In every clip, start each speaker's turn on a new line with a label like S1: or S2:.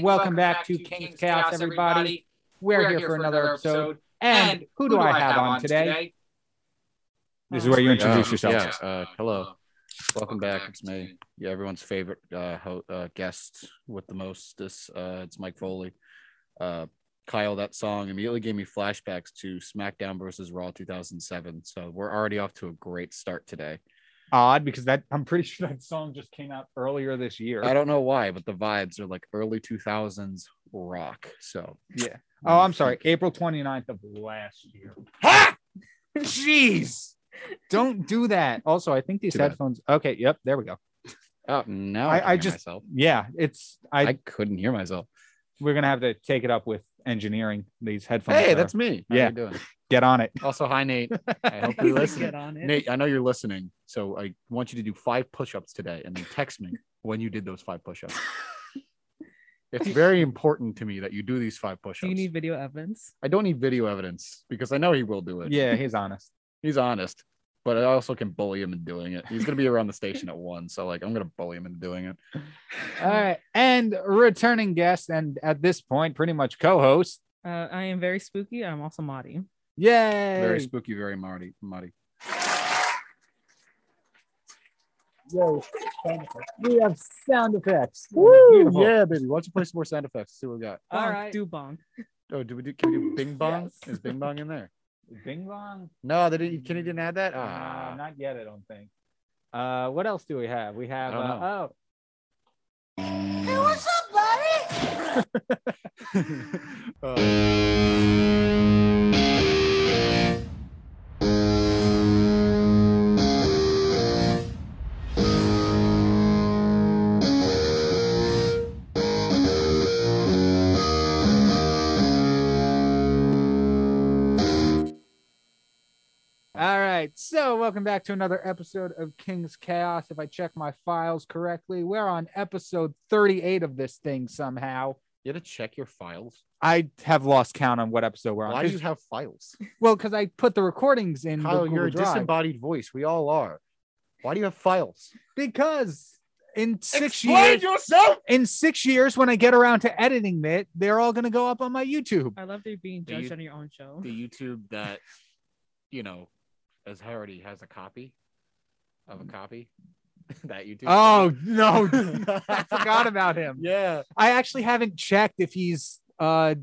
S1: Welcome back to King's Chaos, everybody. We're here for another episode. And who do I have on today?
S2: This is
S3: Oh,
S2: where you introduce
S4: Um,
S2: yourself.
S4: Yeah. Uh, hello. Welcome back. It's me. Yeah, everyone's favorite uh, ho- uh, guest with the most. This uh, it's Mike Foley. Uh, Kyle, that song immediately gave me flashbacks to SmackDown versus Raw 2007. So we're already off to a great start today.
S2: Odd because that I'm pretty sure that song just came out earlier this year.
S4: I don't know why, but the vibes are like early 2000s rock. So
S2: yeah. Oh, I'm sorry. April 29th of last year. Ha! Jeez. Don't do that. Also, I think these
S4: Too bad.
S2: headphones. Okay. Yep. There we go.
S4: Oh, now
S2: I-
S4: I, can
S2: I
S4: hear
S2: just-
S4: myself.
S2: Yeah. It's I,
S4: I, couldn't hear myself.
S2: we're gonna have to take it up with engineering these headphones.
S4: Hey,
S2: are-
S4: that's me. How
S2: Yeah.
S4: you doing?
S2: get on it.
S4: Also, hi Nate. I hope you're listening. Nate, I know you're listening, so I want you to do five push-ups today, and then text me when you did those five push-ups. it's very important to me that you do these five push-ups.
S3: Do you need video evidence?
S4: I don't need video evidence because I know he will do it.
S2: Yeah, he's honest.
S4: he's honest, but I also can bully him into doing it. He's gonna be around the station at one, so like I'm gonna bully him into doing it.
S2: All right. And returning guest, and at this point, pretty much co-host.
S3: Uh, I am very spooky. I'm also Maudie.
S2: Yay.
S4: Very spooky, very Marty. Marty.
S2: Yo, we have sound effects. Beautiful.
S4: Yeah, baby. Why don't you play some more sound effects? See what we got.
S2: All
S3: Bonk,
S2: right.
S3: Do bonk.
S4: Oh, do we do? Can we do Bing Bong?
S2: Yes.
S4: Is Bing Bong in there?
S2: Bing bong.
S4: No, they didn't. Kenny didn't add that. Ah.
S2: Uh, not yet, I don't think. Uh, what else do we have? We have
S4: I don't
S2: uh, oh,
S4: Uh,
S2: all right. So welcome back to another episode of King's Chaos. If I check my files correctly, we're on episode 38 of this thing somehow.
S4: you had to check your files.
S2: I have lost count on what episode we're on.
S4: Why do you
S2: 'Cause-
S4: have files?
S2: well, because I put the recordings in. the
S4: Kyle,
S2: Google
S4: you're a
S2: Drive.
S4: disembodied voice. We all are. Why do you have files?
S2: because in six years,
S4: yourself.
S2: in six years, when I get around to editing it, they're all gonna go up on my YouTube.
S3: I love that you're being
S4: Do you-
S3: judged on your own show.
S4: The YouTube that, you know, as Harity has a copy of a copy. that YouTube.
S2: Oh no, I forgot about him.
S4: Yeah.
S2: I actually haven't checked if he's uh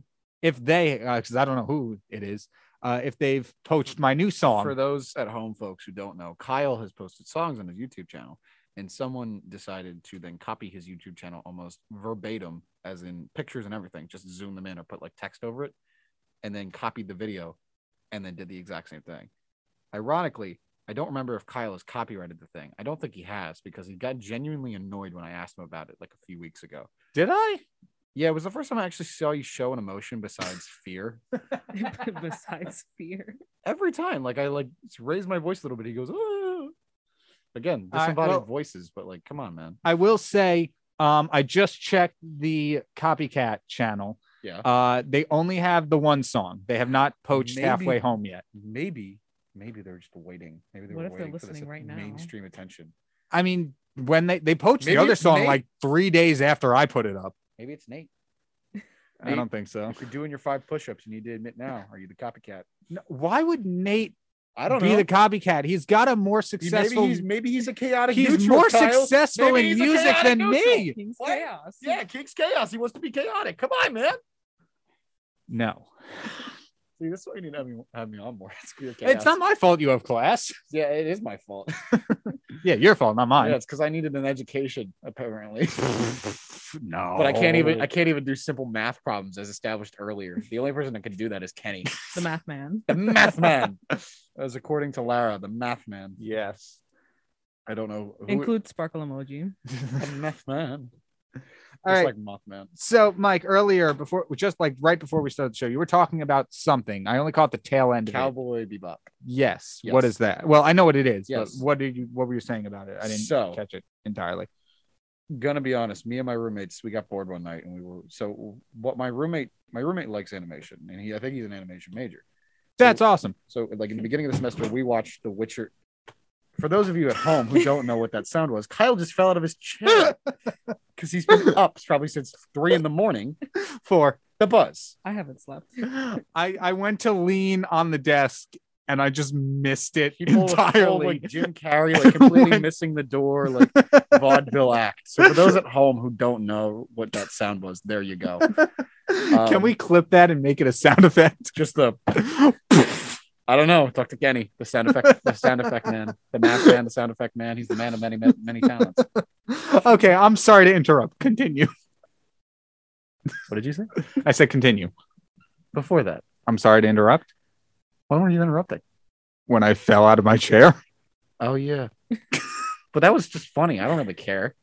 S2: if they because I don't know who it is uh if they've poached my new song.
S4: For those at home folks who don't know, Kyle has posted songs on his YouTube channel, and someone decided to then copy his YouTube channel almost verbatim, as in pictures and everything, just zoom them in or put like text over it, and then copied the video and then did the exact same thing. Ironically, I don't remember if Kyle has copyrighted the thing. I don't think he has because he got genuinely annoyed when I asked him about it like a few weeks ago.
S2: Did I?
S4: Yeah, it was the first time I actually saw you show an emotion besides fear
S3: Besides fear.
S4: every time like i like raise my voice a little bit he goes "Ah." again
S2: All right,
S4: disembodied
S2: well-
S4: voices but like come on man
S2: I will say um I just checked the copycat channel.
S4: Yeah.
S2: Uh they only have the one song. They have not poached
S4: Maybe-
S2: halfway home yet.
S4: maybe maybe they're just waiting maybe they
S3: What
S4: were
S3: if they're
S4: waiting for
S3: listening
S4: this
S3: right now?
S4: mainstream attention
S2: I mean when they they poached
S4: Maybe
S2: the other
S4: it's
S2: song
S4: Nate.
S2: like three days after I put it up.
S4: maybe it's nate
S2: I
S4: Nate,
S2: don't think so.
S4: if you're doing your five push-ups you need to admit now are you the copycat
S2: No, why would Nate
S4: i don't
S2: be
S4: know
S2: the copycat? He's got a more
S4: He-
S2: successful.
S4: maybe he's maybe he's a chaotic
S2: he's
S4: neutral,
S2: more
S4: Kyle.
S2: successful
S4: Maybe
S2: in
S4: he's a
S2: music
S4: chaotic
S2: than
S4: neutral.
S2: me.
S3: King's
S4: What?
S3: chaos.
S4: yeah king's chaos he wants to be chaotic come on man
S2: No,
S4: see this is why you need to have me, have me on more it's, pure
S2: it's
S4: chaos.
S2: not my fault. You have class.
S4: yeah it is my fault
S2: Yeah, your fault, not mine.
S4: yeah it's because i needed an education apparently
S2: no,
S4: but I can't even I can't even do simple math problems as established earlier. The only person that can do that is Kenny,
S3: The math man.
S4: the math man. As according to Lara, the math man.
S2: yes.
S4: I don't know who
S3: Include sparkle emoji.
S4: the math man.
S2: All right.
S4: Just like Mothman.
S2: so, Mike, earlier before, just like right before we started the show, you were talking about something. I only caught the tail end. of it.
S4: Cowboy Bebop.
S2: Yes.
S4: Yes.
S2: What is that? Well, I know what it is.
S4: Yes.
S2: But what did you? What were you saying about it? I didn't
S4: So-
S2: catch it entirely.
S4: Gonna be honest, me and my roommates, we got bored one night and we were so what my roommate my roommate likes animation and he I think he's an animation major.
S2: That's awesome.
S4: So like in the beginning of the semester, we watched The Witcher for those of you at home who don't know what that sound was, Kyle just fell out of his chair because he's been up probably since three in the morning for the buzz.
S3: I haven't slept.
S2: I, I went to lean on the desk and I just missed it
S4: He pulled a full,
S2: entirely.
S4: like Jim Carrey, like completely
S2: Went-
S4: missing the door, like vaudeville act. So for those at home who don't know what that sound was, there you go.
S2: Can we clip that and make it a sound effect?
S4: Just the I don't know. Talk to Kenny, the sound effect, the sound effect man, the math man, the sound effect man. He's the man of many, many, many talents.
S2: okay, I'm sorry to interrupt. Continue.
S4: What did you say
S2: I said continue.
S4: before that?
S2: I'm sorry to interrupt
S4: Why were you interrupting?
S2: when I fell out of my chair.
S4: Oh yeah, but that was just funny. I don't really care.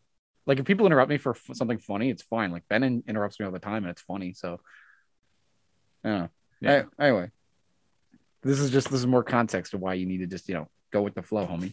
S4: Like if people interrupt me for f- something funny, it's fine. Like Ben in- interrupts me all the time, and it's funny. So, yeah.
S2: Yeah.
S4: A- anyway, this is just this is more context of why you need to just you know go with the flow, homie.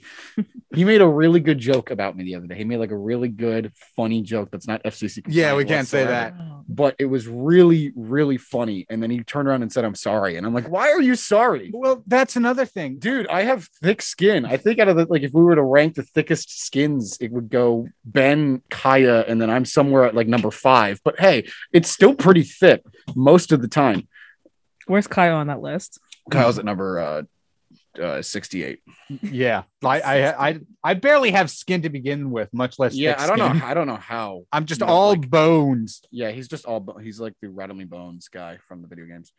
S4: he made a really good joke about me the other day. He made like a really good funny joke that's not FCC.
S2: Yeah, we
S4: compliant
S2: can't say
S4: whatsoever.
S2: that.
S3: Oh,
S4: But it was really, really funny. And then he turned around and said, "I'm sorry," and I'm like, "Why are you sorry?"
S2: Well, that's another thing.
S4: dude i have thick skin i think out of the like if we were to rank the thickest skins it would go ben kaya and then i'm somewhere at like number five but hey it's still pretty thick most of the time
S3: Where's Kyle on that list?
S4: kyle's at number uh, uh 68
S2: Yeah, I, I I I barely have skin to begin with, much less.
S4: yeah
S2: thick
S4: i don't
S2: skin.
S4: know i don't know how
S2: I'm just
S4: No,
S2: all
S4: like-
S2: bones.
S4: yeah he's just all bo- he's like the rattling bones guy from the video games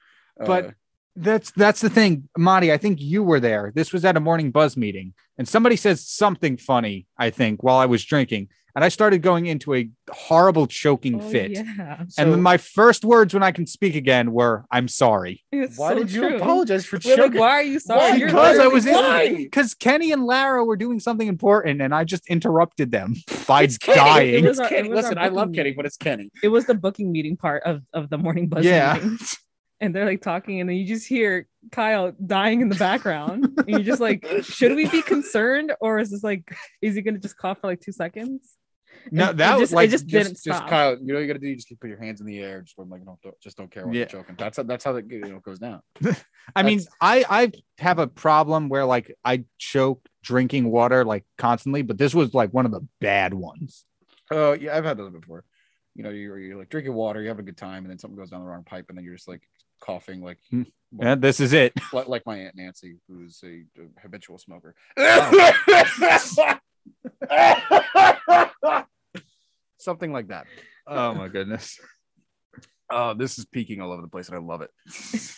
S4: Uh,
S2: But- That's that's the thing, Monty. I think you were there. This was at a morning buzz meeting, and somebody says something funny. I think while I was drinking, and I started going into a horrible choking
S3: Oh,
S2: fit.
S3: Yeah.
S2: And
S4: so
S2: then my first words when I can speak again were, "I'm sorry,"
S3: It's
S4: why
S3: so
S4: did you
S3: true.
S4: apologize for
S3: We're like,
S4: choking
S3: why are you sorry?
S4: Why?
S3: You're
S2: Oh, because I
S3: literally
S2: was
S3: lying.
S2: because Kenny and Lara were doing something important, and I just interrupted them by
S3: It
S2: dying.
S3: was our- it
S4: Kenny,
S3: was our
S4: listen i love
S3: booking
S4: kenny but it's kenny
S3: It was the booking meeting part of, of the morning buzz
S2: Yeah.
S3: meeting. And they're like talking, and then you just hear Kyle dying in the background. and you're just like, should we be concerned? Or is this like, is he going to just cough for like two seconds?
S2: No,
S3: It- it
S2: that was
S3: just- it
S2: like
S3: just
S4: just,
S3: didn't
S4: just
S3: stop.
S4: Kyle, you know what you gotta do? You just keep put your hands in the air, just I'm like, no, don't, just don't care what
S2: Yeah.
S4: you're joking. That's how, that's how that you know goes down.
S2: I mean,
S4: That's-
S2: I I have a problem where like I choke drinking water like constantly, but this was like one of the bad ones.
S4: Oh yeah, I've had those before. You know, you're, you're like drinking water, you have a good time, and then something goes down the wrong pipe, and then you're just like coughing, like
S2: Hmm.
S4: well,
S2: Yeah, this is it.
S4: li- like my aunt Nancy, who's a, uh, habitual smoker. something like that.
S2: Oh my goodness.
S4: Oh, this is peaking all over the place, and I love it.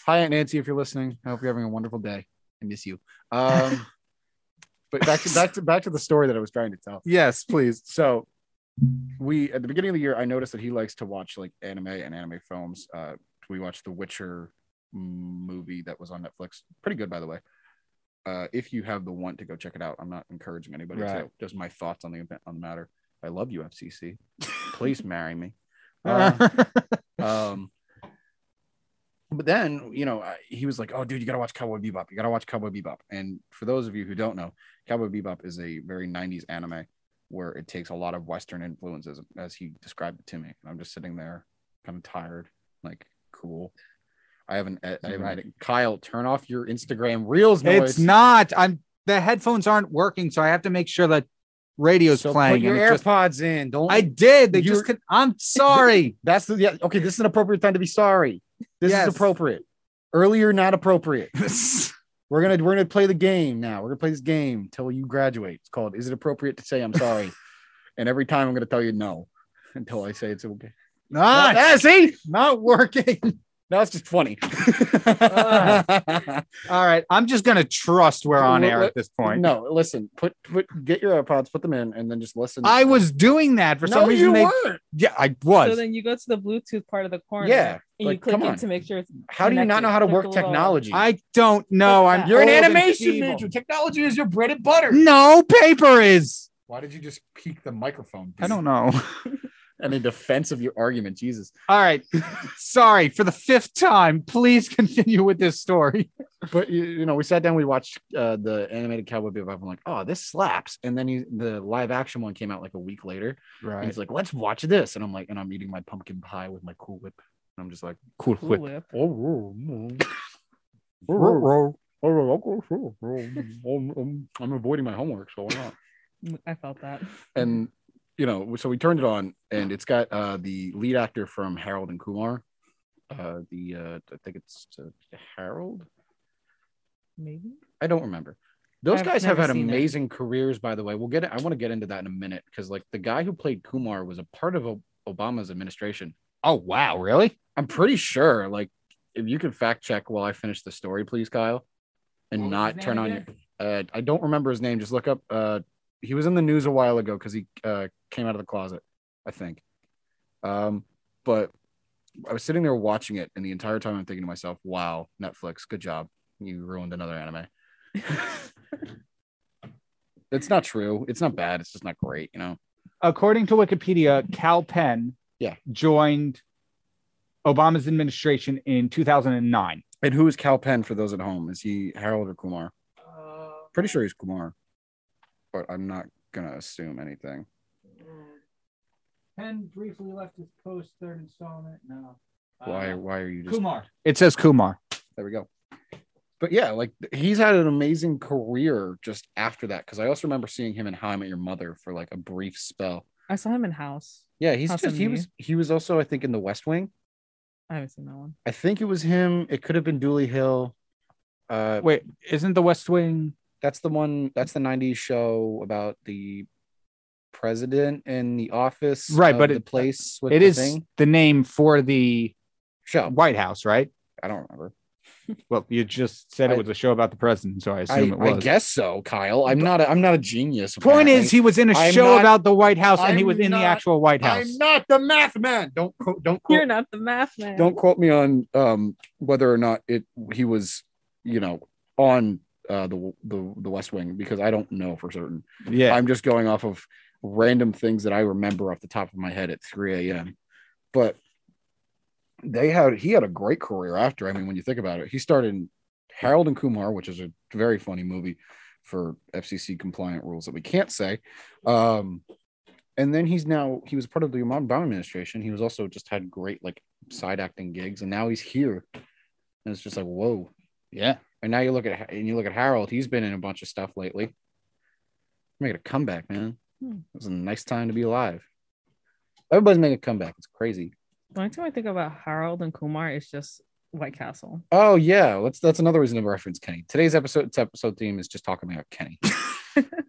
S4: Hi, Aunt Nancy, if you're listening, I hope you're having a wonderful day. I miss you. Um, but back to back to back to the story that I was trying to tell.
S2: Yes, please.
S4: So, we at the beginning of the year, I noticed that he likes to watch like anime and anime films. Uh, we watched The Witcher movie that was on Netflix. Pretty good, by the way. Uh, if you have the want to go check it out, I'm not encouraging anybody to.
S2: Right.
S4: Just my thoughts on the event- on the matter. I love you, FCC. Please marry me.
S2: Uh,
S4: Um, but then, you know, I- he was like, "Oh, dude, you gotta watch Cowboy Bebop. You gotta watch Cowboy Bebop." And for those of you who don't know, Cowboy Bebop is a very '90s anime where it takes a lot of Western influences, as he described it to me. And I'm just sitting there, kind of tired, like, cool. I haven't. I haven't
S2: Right.
S4: Kyle, turn off your Instagram Reels noise.
S2: it's not. I'm the headphones aren't working, so I have to make sure that radio's
S4: So
S2: playing.
S4: Put your
S2: and it just-
S4: AirPods in. Don't.
S2: I did. They
S4: You're-
S2: just could, I'm sorry.
S4: That's the yeah. Okay, this is an appropriate time to be sorry. This
S2: Yes.
S4: is appropriate. Earlier, not appropriate. we're gonna we're gonna play the game now. We're gonna play this game till you graduate. It's called "Is it appropriate to say I'm sorry?" and every time I'm gonna tell you no until I say it's okay.
S2: Ah,
S4: Ah, see, not working. Now it's just funny.
S2: all right. I'm just gonna trust we're on
S4: Wh-
S2: air
S4: wh-
S2: at this point.
S4: No, listen. Put put get your AirPods, put them in, and then just listen.
S2: I was doing that for
S4: no,
S2: some reason.
S4: you
S2: They,
S4: weren't.
S2: yeah, I was.
S3: So then you go to the Bluetooth part of the corner.
S4: Yeah,
S3: And
S4: like,
S3: you click
S4: come
S3: it
S4: on.
S3: to make sure it's
S4: How do you not know how to
S3: Connected.
S4: work
S3: Click the little-
S4: technology?
S2: I don't know. I'm
S3: that?
S4: You're an
S2: old and
S4: animation
S2: feeble.
S4: major. Technology is your bread and butter.
S2: No, paper is.
S4: Why did you just peek the microphone?
S2: I don't know.
S4: And in defense of your argument, Jesus.
S2: All right. Sorry for the fifth time. Please continue with this story.
S4: But you, you know, we sat down, we watched uh, the animated Cowboy Bebop. I'm like, oh, this slaps. And then he, the live action one came out like a week later. And
S2: Right.
S4: he's like, let's watch this. And I'm like, and I'm eating my pumpkin pie with my Cool Whip. And I'm just like, Cool
S3: Cool Whip.
S4: Oh, oh, oh.
S2: Row, row.
S4: I'm avoiding my homework, so why not?
S3: I felt that.
S4: And you know, so we turned it on, and it's got uh, the lead actor from Harold and Kumar. Uh, the uh, I think it's uh, Harold.
S3: Maybe.
S4: I don't remember. Those
S3: I've
S4: guys have had
S3: never seen it.
S4: amazing careers, by the way. We'll get. I want to get into that in a minute because, like, the guy who played Kumar was a part of O- Obama's administration.
S2: Oh wow, really?
S4: I'm pretty sure. Like, if you could fact check while I finish the story, please, Kyle, and
S1: What was
S4: not
S1: his
S4: turn
S1: name
S4: on your.
S1: again?
S4: Uh, I don't remember his name. Just look up. Uh, he was in the news a while ago because he uh, came out of the closet, I think. Um, but I was sitting there watching it, and the entire time I'm thinking to myself, "Wow, Netflix, good job. You ruined another anime." it's not true. It's not bad. It's just not great, you know.
S2: According to Wikipedia, Cal Penn
S4: Yeah.
S2: joined Obama's administration in 2009.
S4: And who is Cal Penn for those at home? Is he Harold or Kumar? Pretty sure he's Kumar, but I'm not gonna assume anything.
S2: Uh,
S1: Penn briefly left his post third installment. No.
S4: Why? Why are you just
S1: Uh, Kumar.
S2: It says Uh, Kumar.
S4: There we go. But yeah, like th- he's had an amazing career just after that. Cause I also remember seeing him in How I Met Your Mother for like a brief spell.
S3: I saw him in House.
S4: Yeah, he's
S3: House
S4: just
S3: on
S4: he
S3: Me.
S4: was he was also, I think, in the West Wing.
S3: I haven't seen that one.
S4: I think it was him. It could have been Dooley Hill. Uh
S2: Wait, isn't the West Wing?
S4: that's the one that's the 90s show about the president in the office.
S2: Right,
S4: of
S2: but
S4: the
S2: it-
S4: place with
S2: It
S4: the
S2: is
S4: thing.
S2: the name for the
S4: show.
S2: White House, right?
S4: I don't remember.
S2: Well, you just said
S4: I-
S2: it was a show about the president, so I
S4: I,
S2: assume it
S4: I
S2: was.
S4: guess so, Kyle. I'm not a, I'm not a genius.
S2: Point
S4: apparently.
S2: is, he was in a
S4: I'm
S2: show
S4: not-
S2: about the White House, and he
S4: I'm
S2: was in
S4: not-
S2: the actual White House.
S4: I'm not the math man. Don't quote don't quote
S3: You're not the math man.
S4: don't quote me on um whether or not it he was you know on uh the the, the west wing because i don't know for certain
S2: yeah,
S4: i'm just going off of random things that i remember off the top of my head at 3 a.m but they had he had a great career after i mean when you think about it he started in harold and kumar which is a very funny movie for fcc compliant rules that we can't say um and then he's now he was part of the obama administration he was also just had great like side acting gigs, and now he's here, and it's just like whoa, yeah. And now you look at and you look at Harold; he's been in a bunch of stuff lately. Making a comeback, man.
S3: Hmm.
S4: It was a nice time to be alive. Everybody's making a comeback. It's crazy.
S3: The only time I think about Harold and Kumar is just White Castle.
S4: Oh yeah, that's that's another reason to reference Kenny. Today's episode it's episode theme is just talking about Kenny.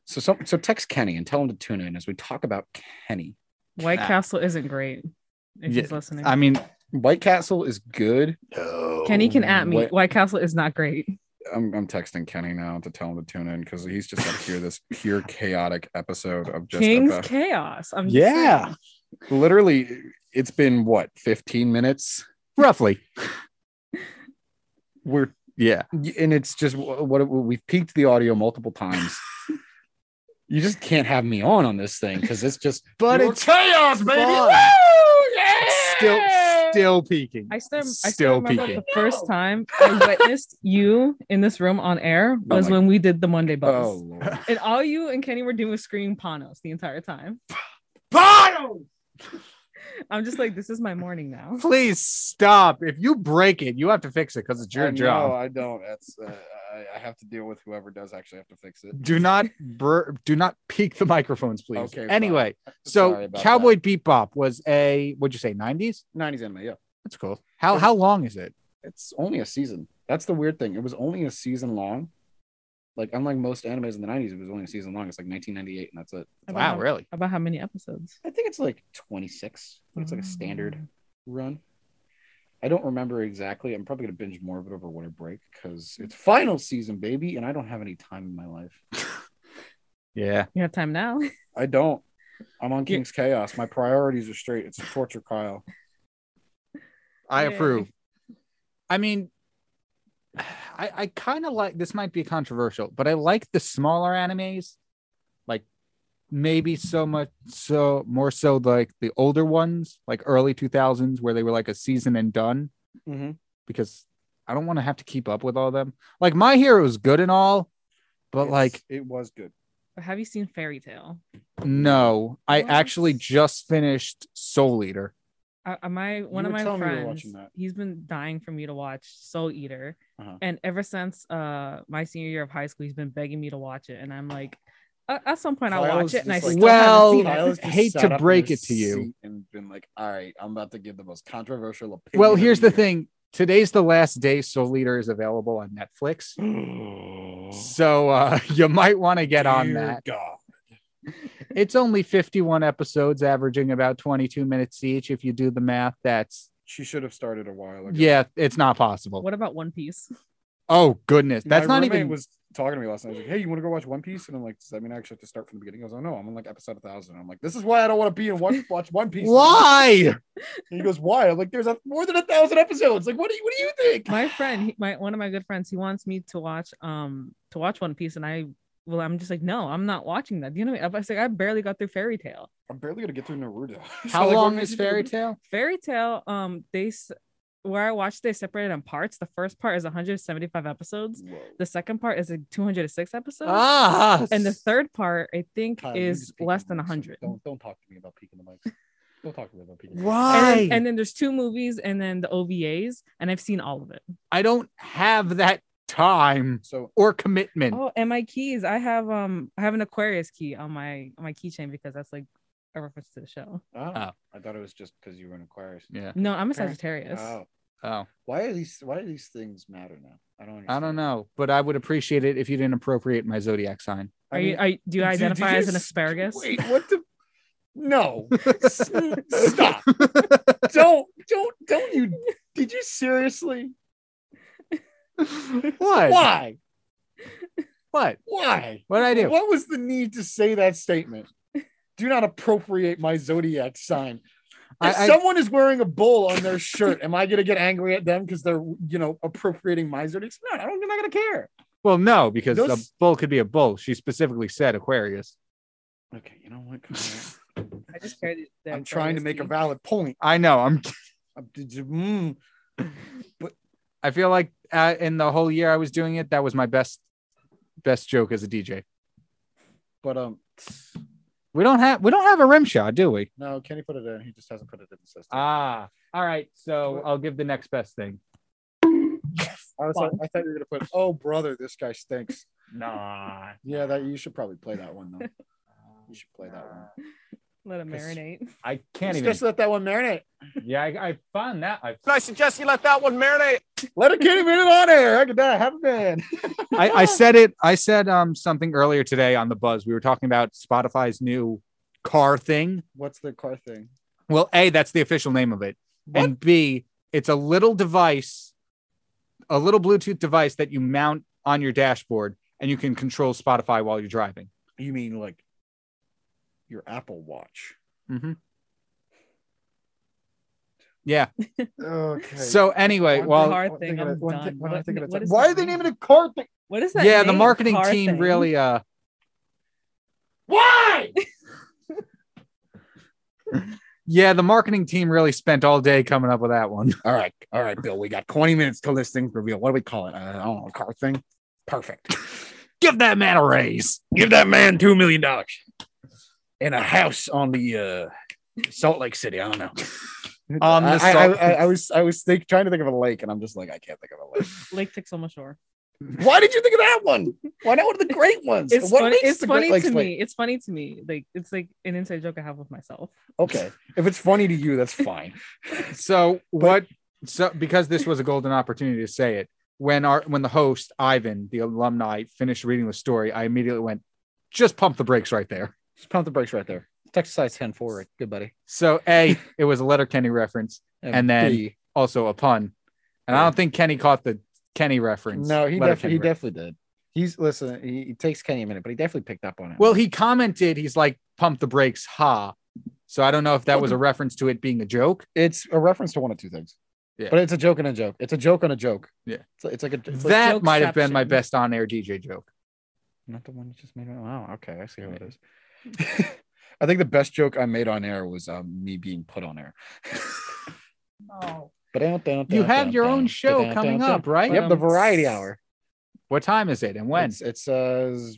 S4: so, so so text Kenny and tell him to tune in as we talk about Kenny.
S3: White
S2: Nah.
S3: Castle isn't great. If
S2: Yeah,
S3: he's listening,
S2: I mean,
S4: White Castle is good. No.
S3: Kenny can at me.
S4: White,
S3: White Castle is not great.
S4: I'm, I'm texting Kenny now to tell him to tune in because he's just gonna hear this pure chaotic episode of just
S3: King's
S4: about-
S3: chaos. I'm just
S2: yeah,
S3: saying.
S4: literally it's been what 15 minutes
S2: roughly.
S4: we're
S2: Yeah,
S4: and it's just wh- what we've peaked the audio multiple times you just can't have me on on this thing because it's just
S2: but
S4: pure
S2: it's
S4: chaos baby
S2: fun.
S4: Woo! Yeah!
S2: still still peaking.
S3: I still, I still
S2: Still
S3: remember
S2: peeking.
S3: the first time I witnessed you in this room on air was
S4: Oh my-
S3: when we did the Monday buzz.
S4: oh Lord.
S3: And all you and Kenny were doing was screaming Panos the entire time.
S2: Bottles!
S3: I'm just like, this is my morning now.
S2: Please stop. If you break it, you have to fix it because it's your
S4: I know,
S2: job.
S4: i don't that's uh, I, I have to deal with whoever does actually have to fix it
S2: Do not br- do not peek the microphones, please.
S4: Okay, fine.
S2: anyway, so
S4: Sorry about
S2: Cowboy Bebop was a what'd you say, nineties?
S4: that. 90s anime yeah
S2: That's cool. How how long is it?
S4: it's only a season. That's the weird thing. It was only a season long. Like unlike most animes in the '90s, it was only a season long. It's like 1998, and that's it.
S3: About how-
S2: really?
S3: About how many episodes?
S4: I think it's like 26. I think it's like a standard
S3: Mm.
S4: run. I don't remember exactly. I'm probably gonna binge more of it over winter break because it's final season, baby, and I don't have any time in my life.
S2: Yeah.
S3: You have time now.
S4: I don't. I'm on
S2: Yeah.
S4: King's Chaos. My priorities are straight. It's torture, Kyle.
S2: I
S3: Yeah.
S2: approve. I mean, I, I kind of like this. Might be controversial, but I like the smaller animes, like maybe so much so more so like the older ones, like early two thousands, where they were like a season and done. Mm-hmm. Because I don't want to have to keep up with all them. Like My Hero is good and all, but
S4: It's-
S2: like
S4: it was good.
S3: But have you seen Fairy Tale?
S2: no, I
S3: What?
S2: actually just finished Soul Eater.
S3: I, I- my one of
S4: You were
S3: my
S4: telling me you were
S3: friends,
S4: watching that.
S3: he's been dying for me to watch Soul Eater,
S4: Uh-huh.
S3: and ever since uh my senior year of high school, he's been begging me to watch it, and I'm like, at at some point I'll watch
S4: Kyle's
S3: it, and I
S4: just like-
S3: still
S2: Well,
S3: haven't seen it.
S2: Kyle-
S4: Kyle's just
S2: hate to
S4: sat up in
S2: break
S4: her
S2: it to you.
S4: seat And been like, all right, I'm about to give the most controversial opinion.
S2: Well,
S4: of
S2: here's the
S4: year."
S2: thing. Today's the last day Soul Leader is available on Netflix. So uh, you might want to get on
S4: Dear
S2: that.
S4: God.
S2: It's only 51 episodes, averaging about 22 minutes each. If you do the math, that's
S4: She should have started a while ago.
S2: yeah, it's not possible.
S3: What about One Piece?
S2: Oh goodness,
S4: My
S2: that's not
S4: roommate
S2: even.
S4: was talking to me last night. I was like, "Hey, you want to go watch One Piece?" And I'm like, "Does that mean I actually have to start from the beginning?" He goes, "Oh no, I'm on like episode 1000." I'm like, "This is why I don't want to be in watch watch One Piece."
S2: Why?
S4: And he goes, "Why?" I'm like, "There's a, more than a thousand episodes. Like, what do you what do you think?"
S3: My friend, he, my one of my good friends, he wants me to watch um to watch One Piece, and I well, I'm just like, no, I'm not watching that. You know what I mean? I was like, I barely got through Fairy Tale.
S4: I'm barely gonna get through Naruto. So,
S2: How
S4: like, what
S2: long is
S4: makes you think-
S2: Fairy Tale?
S3: Fairy Tale, um, they s- where I watched they separated in parts. The first part is 175 episodes.
S4: Whoa.
S3: The second part is like 206 episodes,
S2: Ah,
S3: and the third part I think
S4: Kyle, you
S3: is
S4: just peeking
S3: less
S4: the
S3: than
S4: mics.
S3: 100.
S4: Don't don't talk to me about peeking the mics. Don't talk to me about peeking. the mics.
S2: why?
S3: And then, and then there's two movies, and then the OVAs, and I've seen all of it.
S2: I don't have that time
S4: So
S2: or commitment.
S4: Mm.
S3: Oh, and my keys. I have um I have an Aquarius key on my on my keychain because that's like a reference to the show.
S4: oh,
S2: Oh.
S4: I thought it was just because you were an Aquarius.
S2: Yeah.
S3: No, I'm a
S4: Okay.
S3: Sagittarius.
S4: Oh,
S2: Oh,
S4: why are these why do these things matter now? I don't. Understand.
S2: I don't know, but I would appreciate it if you didn't appropriate my zodiac sign.
S3: Are
S4: I mean,
S3: you are, you- do you
S4: did-
S3: identify
S4: did you
S3: as an
S4: s-
S3: asparagus?
S4: Wait, what the? No, S- stop! Don't, don't, don't you? Did you seriously?
S2: What?
S4: Why?
S2: What?
S4: Why?
S2: What I do?
S4: What was the need to say that statement? Do not appropriate my zodiac sign. If
S2: I, I,
S4: someone is wearing a bull on their shirt, am I going to get angry at them because they're, you know, appropriating my zodiac? sign? No, I don't. I'm not going to care.
S2: well, no, because
S4: Those-
S2: a bull could be a bull. She specifically said Aquarius.
S4: Okay, you know what? Kyle?
S3: I just carried the
S4: I'm trying to
S3: Aquarius
S4: make a
S3: key.
S4: valid point.
S2: I know. I'm.
S4: I'm- did you- mm.
S2: I feel like uh, in the whole year I was doing it, that was my best best joke as a DJ.
S4: But um,
S2: We don't have we don't have a rim shot, do we?
S4: no, Kenny put it in. He just hasn't put it in the system.
S2: Ah, all right. So I'll give the next best thing.
S4: I, was like, I thought you were gonna put, "Oh brother, this guy stinks."
S2: Nah.
S4: Yeah, that you should probably play that one though. You should play that one.
S3: Let it
S4: 'Cause-
S3: marinate.
S2: I can't even.
S4: Just let that one marinate.
S2: Yeah, I, I found that. I,
S1: I suggest you let that one marinate.
S4: Let a Kenny minute on air. I could die. Have a man.
S2: I, I said it. I said um something earlier today on the buzz. We were talking about Spotify's new car thing.
S4: What's the car thing?
S2: Well, a that's the official name of it, and b it's a little device, a little Bluetooth device that you mount on your dashboard, and you can control Spotify while you're driving.
S4: You mean like your Apple Watch?
S2: Mm-hmm. Yeah.
S4: Okay.
S2: So anyway,
S4: One
S2: well,
S3: Car
S4: one
S3: thing,
S4: thing at a-
S3: I'm
S4: one
S3: done.
S4: thing- one
S3: What-
S4: thing at a
S3: what
S4: time.
S3: is
S4: Why
S3: that
S4: are they
S3: name?
S4: naming a car thing?
S3: What is that?
S2: yeah, the
S3: name?
S2: marketing
S3: Car
S2: team
S3: thing.
S2: really uh
S4: Why?
S2: yeah, the marketing team really spent all day coming up with that one.
S4: all right, all right, Bill. We got 20 minutes till this thing's revealed. What do we call it? Uh, I don't know. Car thing. Perfect.
S2: Give that man a raise.
S4: Give that man two million dollars and a house on the uh, Salt Lake City. I don't know.
S2: On the
S4: I, I,
S2: Salt-
S4: I, I was I was think, trying to think of a lake, and I'm just like I can't think of a lake.
S3: Lake Texoma Shore.
S4: Why did you think of that one? Why not one of the great ones?
S3: It's
S4: what
S3: funny,
S4: makes
S3: it's
S4: the Great
S3: funny
S4: Lakes
S3: to
S4: lake?
S3: me. It's funny to me. Like it's like an inside joke I have with myself.
S4: Okay, if it's funny to you, that's fine.
S2: So what? So because this was a golden opportunity to say it. When our when the host Ivan, the alumni, finished reading the story, I immediately went, "Just pump the brakes right there."
S4: Just pump the brakes right there. Texas size ten forward. Good buddy.
S2: So a, it was a Letterkenny reference, And then-
S4: B,
S2: also a pun, and I don't think Kenny caught the Kenny reference.
S4: no, he
S2: Letterkenny
S4: definitely he
S2: reference.
S4: definitely did. He's listen. He, he takes Kenny a minute, but he definitely picked up on it.
S2: Well, he commented, he's like, "Pump the brakes, ha." So I don't know if that
S4: Well,
S2: was
S4: the-
S2: a reference to it being a joke.
S4: it's a reference to one of two things.
S2: Yeah.
S4: But it's a joke and a joke. It's a joke on a joke.
S2: Yeah.
S4: It's, it's like a it's like-
S2: That might have been my
S3: jokeception.
S2: best on-air DJ joke.
S4: Not the one you just made. Wow. Okay, I see how it is. I think the best joke I made on air was um, me being put on air.
S3: No.
S4: But
S2: You have your own show coming up, right?
S4: Yep, the variety hour.
S2: What time is it and when?
S4: It's- it says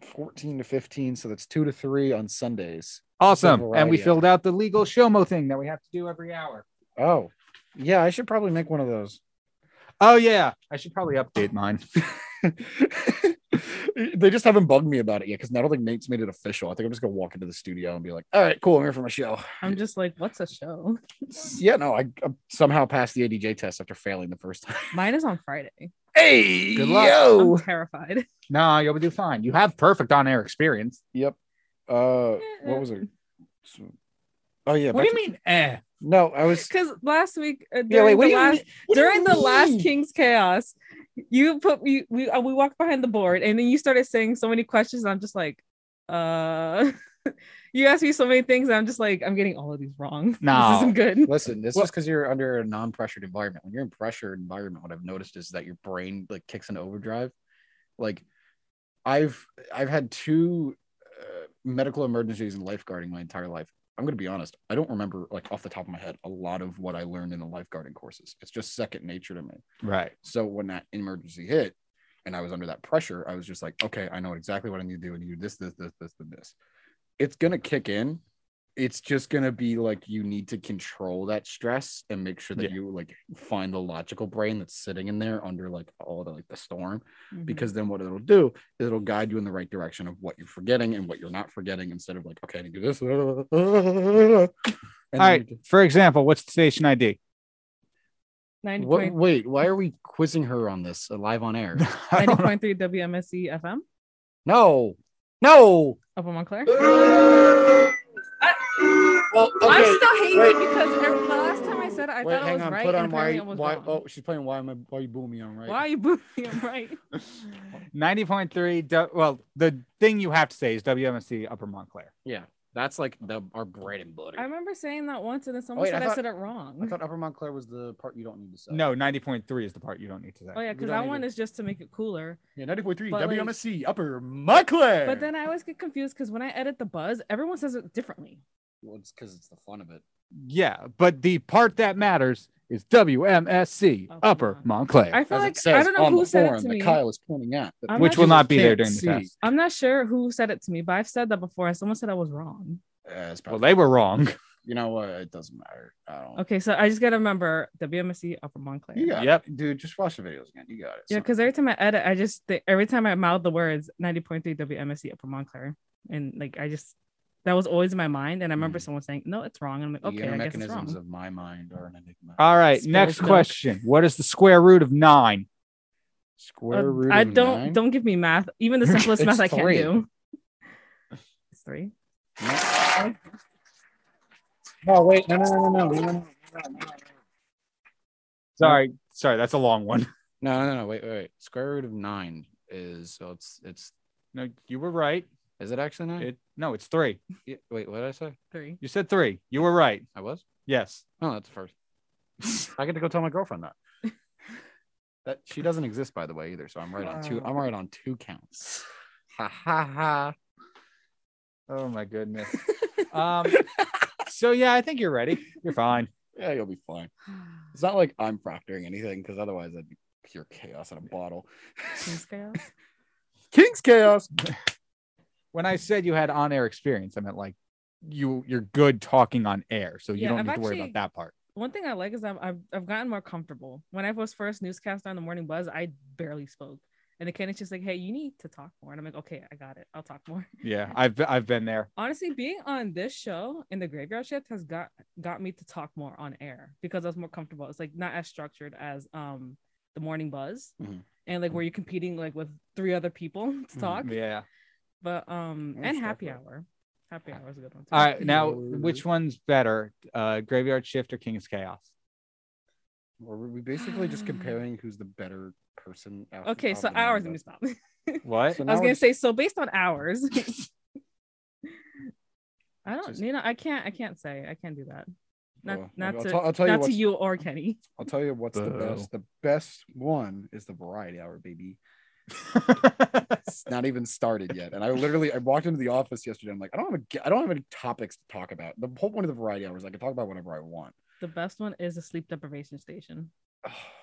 S4: fourteen to fifteen, so that's two to three on Sundays.
S2: Awesome. And we
S4: variety
S2: filled out the legal showmo thing that we have to do every hour.
S5: Oh, yeah. I should probably make one of those.
S2: Oh yeah, I should probably update mine.
S5: they just haven't bugged me about it yet because I don't think Nate's made it official. I think I'm just gonna walk into the studio and be like, "All right, cool, I'm here for my show."
S3: I'm just like, what's a show?
S5: Yeah, no, I, I somehow passed the ADJ test after failing the first time.
S3: Mine is on Friday.
S5: Hey,
S2: Good luck.
S5: yo.
S3: I'm terrified.
S2: No, you'll do fine. You have perfect on-air experience.
S5: Yep. Uh, what was it? Oh yeah.
S2: What do
S5: back
S2: you mean? Eh.
S5: to- No, I was.
S3: Because last week, uh, during
S5: Yeah, wait. What
S3: the
S5: do you
S3: last
S5: mean- what do you
S3: during the last
S5: mean?
S3: King's Chaos, you put me we uh, we walked behind the board and then you started saying so many questions. And I'm just like, uh you asked me so many things, and I'm just like, I'm getting all of these wrong.
S2: No.
S3: This isn't good.
S4: Listen, this
S5: Well-
S4: is because you're under a non-pressured environment. When you're in pressured environment, what I've noticed is that your brain like kicks into overdrive. Like, I've I've had two uh, medical emergencies in lifeguarding my entire life. I'm gonna be honest. I don't remember like off the top of my head a lot of what I learned in the lifeguarding courses. It's just second nature to me.
S2: Right.
S4: So when that emergency hit and I was under that pressure, I was just like, okay, I know exactly what I need to do. I need to do this, this, this, this, and this. It's gonna kick in. It's just gonna be like you need to control that stress and make sure that
S2: Yeah.
S4: you like find the logical brain that's sitting in there under like all the like the storm. Because then what it'll do is it'll guide you in the right direction of what you're forgetting and what you're not forgetting instead of like, okay, I need to do this.
S2: All right. For example, what's the station ID?
S3: ninety
S4: What,
S3: point
S4: wait, why are we quizzing her on this uh, live on air?
S2: I don't
S3: ninety
S2: know.
S3: point three WMSC FM
S4: No, no.
S3: up on Montclair.
S5: Well,
S3: I'm still hating
S5: wait.
S3: because every, the last time I said it, I
S4: Wait,
S3: thought it
S4: hang
S3: was
S4: on.
S3: right.
S4: Put
S3: and
S4: on why.
S3: apparently I was
S4: Why?
S3: wrong.
S4: Oh, she's playing. Why am I? Why you boo me on right?
S3: Why are you booing? I'm right.
S2: 90.3. du- Well, the thing you have to say is WMSC Upper Montclair.
S4: That's like the our bread and butter.
S3: I remember saying that once, and then someone
S4: Wait,
S3: said
S4: I
S3: I,
S4: thought-
S3: said it
S4: I
S3: wrong.
S4: thought Upper Montclair was the part you don't need to say.
S2: No, 90.3 is the part you don't need to
S3: oh
S2: say.
S3: yeah,
S4: we
S3: because
S4: don't
S3: that
S4: need
S3: one
S4: to-
S3: is just to make it cooler.
S4: Yeah, ninety point three
S3: But, like-
S4: WMSC Upper Montclair.
S3: But then I always get confused because when I edit the buzz, everyone says it differently.
S4: well, it's because it's the fun of it.
S2: Yeah, but the part that matters is WMSC
S3: Oh, come
S2: Upper
S3: on.
S2: Montclair.
S3: I feel
S4: As
S3: like
S4: it says
S3: I don't know
S4: on
S3: who
S4: the
S3: said
S4: form
S3: it to
S4: that
S3: me.
S4: Kyle is pointing at. that
S3: I'm
S2: Which
S3: not
S2: will
S3: sure-
S2: not be there
S4: can't
S2: during the
S4: see.
S2: test.
S3: I'm not sure who said it to me, but I've said that before, and someone said I was wrong.
S4: Uh, it's
S2: Well,
S4: probably,
S2: they were wrong.
S4: you know what? It doesn't matter. I don't.
S3: Okay, so I just gotta remember WMSC Upper Montclair.
S4: You got
S2: Yep.
S4: it, dude. Just watch the videos again. You got it.
S3: Yeah,
S4: son.
S3: because every time I edit, I just th- every time I mouth the words 90.3 WMSC Upper Montclair, and like I just that was always in my mind, and I remember
S4: Mhm.
S3: someone saying, "No, it's wrong," and I'm
S4: The
S3: like, "Okay,
S4: inner
S3: I guess it's
S4: mechanisms
S3: wrong."
S4: of my mind are an enigma.
S2: All right,
S3: Spilled
S2: next
S3: milk.
S2: question. What is the square root of nine?
S4: Square
S3: Uh,
S4: root.
S3: I
S4: of
S3: don't
S4: nine?
S3: don't give me math. Even the simplest
S4: It's
S3: math I can't
S4: three.
S3: do. It's three.
S5: No, wait. No, no, no, no, no, no, no.
S2: Sorry, sorry, that's a long one.
S4: No, no, no. Wait, wait, wait. Square root of nine is so it's it's
S2: No, you were right.
S4: is it actually nine?
S2: It, no, it's three.
S4: Yeah, wait, what did I say?
S3: Three.
S2: You said three. You were right.
S4: I was.
S2: Yes.
S4: Oh, that's the first. I get to go tell my girlfriend that. that she doesn't exist, by the way, either. So I'm right on two. I'm right on two counts. Ha ha ha.
S2: Oh my goodness. um. So yeah, I think you're ready. You're fine.
S4: Yeah, you'll be fine. It's not like I'm proctoring anything because otherwise that'd be pure chaos in a bottle.
S3: King's chaos.
S4: King's chaos.
S2: When I said you had on-air experience, I meant like you you're good talking on air, so you
S3: Yeah,
S2: don't
S3: I've
S2: need to worry
S3: actually-
S2: about that part.
S3: One thing I like is I've, I've I've gotten more comfortable. When I was first newscast on the morning buzz, I barely spoke, and the candidate's just like, "Hey, you need to talk more," and I'm like, "Okay, I got it. I'll talk more."
S2: Yeah, I've I've been there.
S3: honestly being on this show in the graveyard shift has got got me to talk more on air because i was more comfortable it's like not as structured as um the morning buzz
S4: Mhm.
S3: and like where you're competing like with three other people to
S4: Mhm.
S3: talk
S2: Yeah.
S3: but um
S4: Yeah,
S3: and
S4: stuff
S3: happy
S4: like-
S3: hour happy hour is a good one too.
S2: All right. Now, which one's better, uh, Graveyard Shift or King's Chaos?
S4: Were we basically just comparing who's the better person? out-
S3: okay
S4: out
S3: so
S4: of the nine
S3: hours
S4: of
S3: let me
S4: us?
S3: stop
S2: What?
S4: So
S3: i
S4: now
S3: was
S4: we're
S3: gonna
S4: just-
S3: say so based on hours i don't
S4: Just-
S3: you know i can't i can't say i can't do that not
S4: Well,
S3: not
S4: I'll
S3: to
S4: tell- I'll tell you
S3: not to
S4: what's-
S3: you or kenny
S4: I'll tell you what's the
S2: Boo.
S4: best. The best one is the variety hour, baby. It's not even started yet, and I literally I walked into the office yesterday. I'm like, I don't have a, g- I don't have any topics to talk about. The whole point of the variety hour is I can talk about whatever I want.
S3: the best one is a sleep deprivation station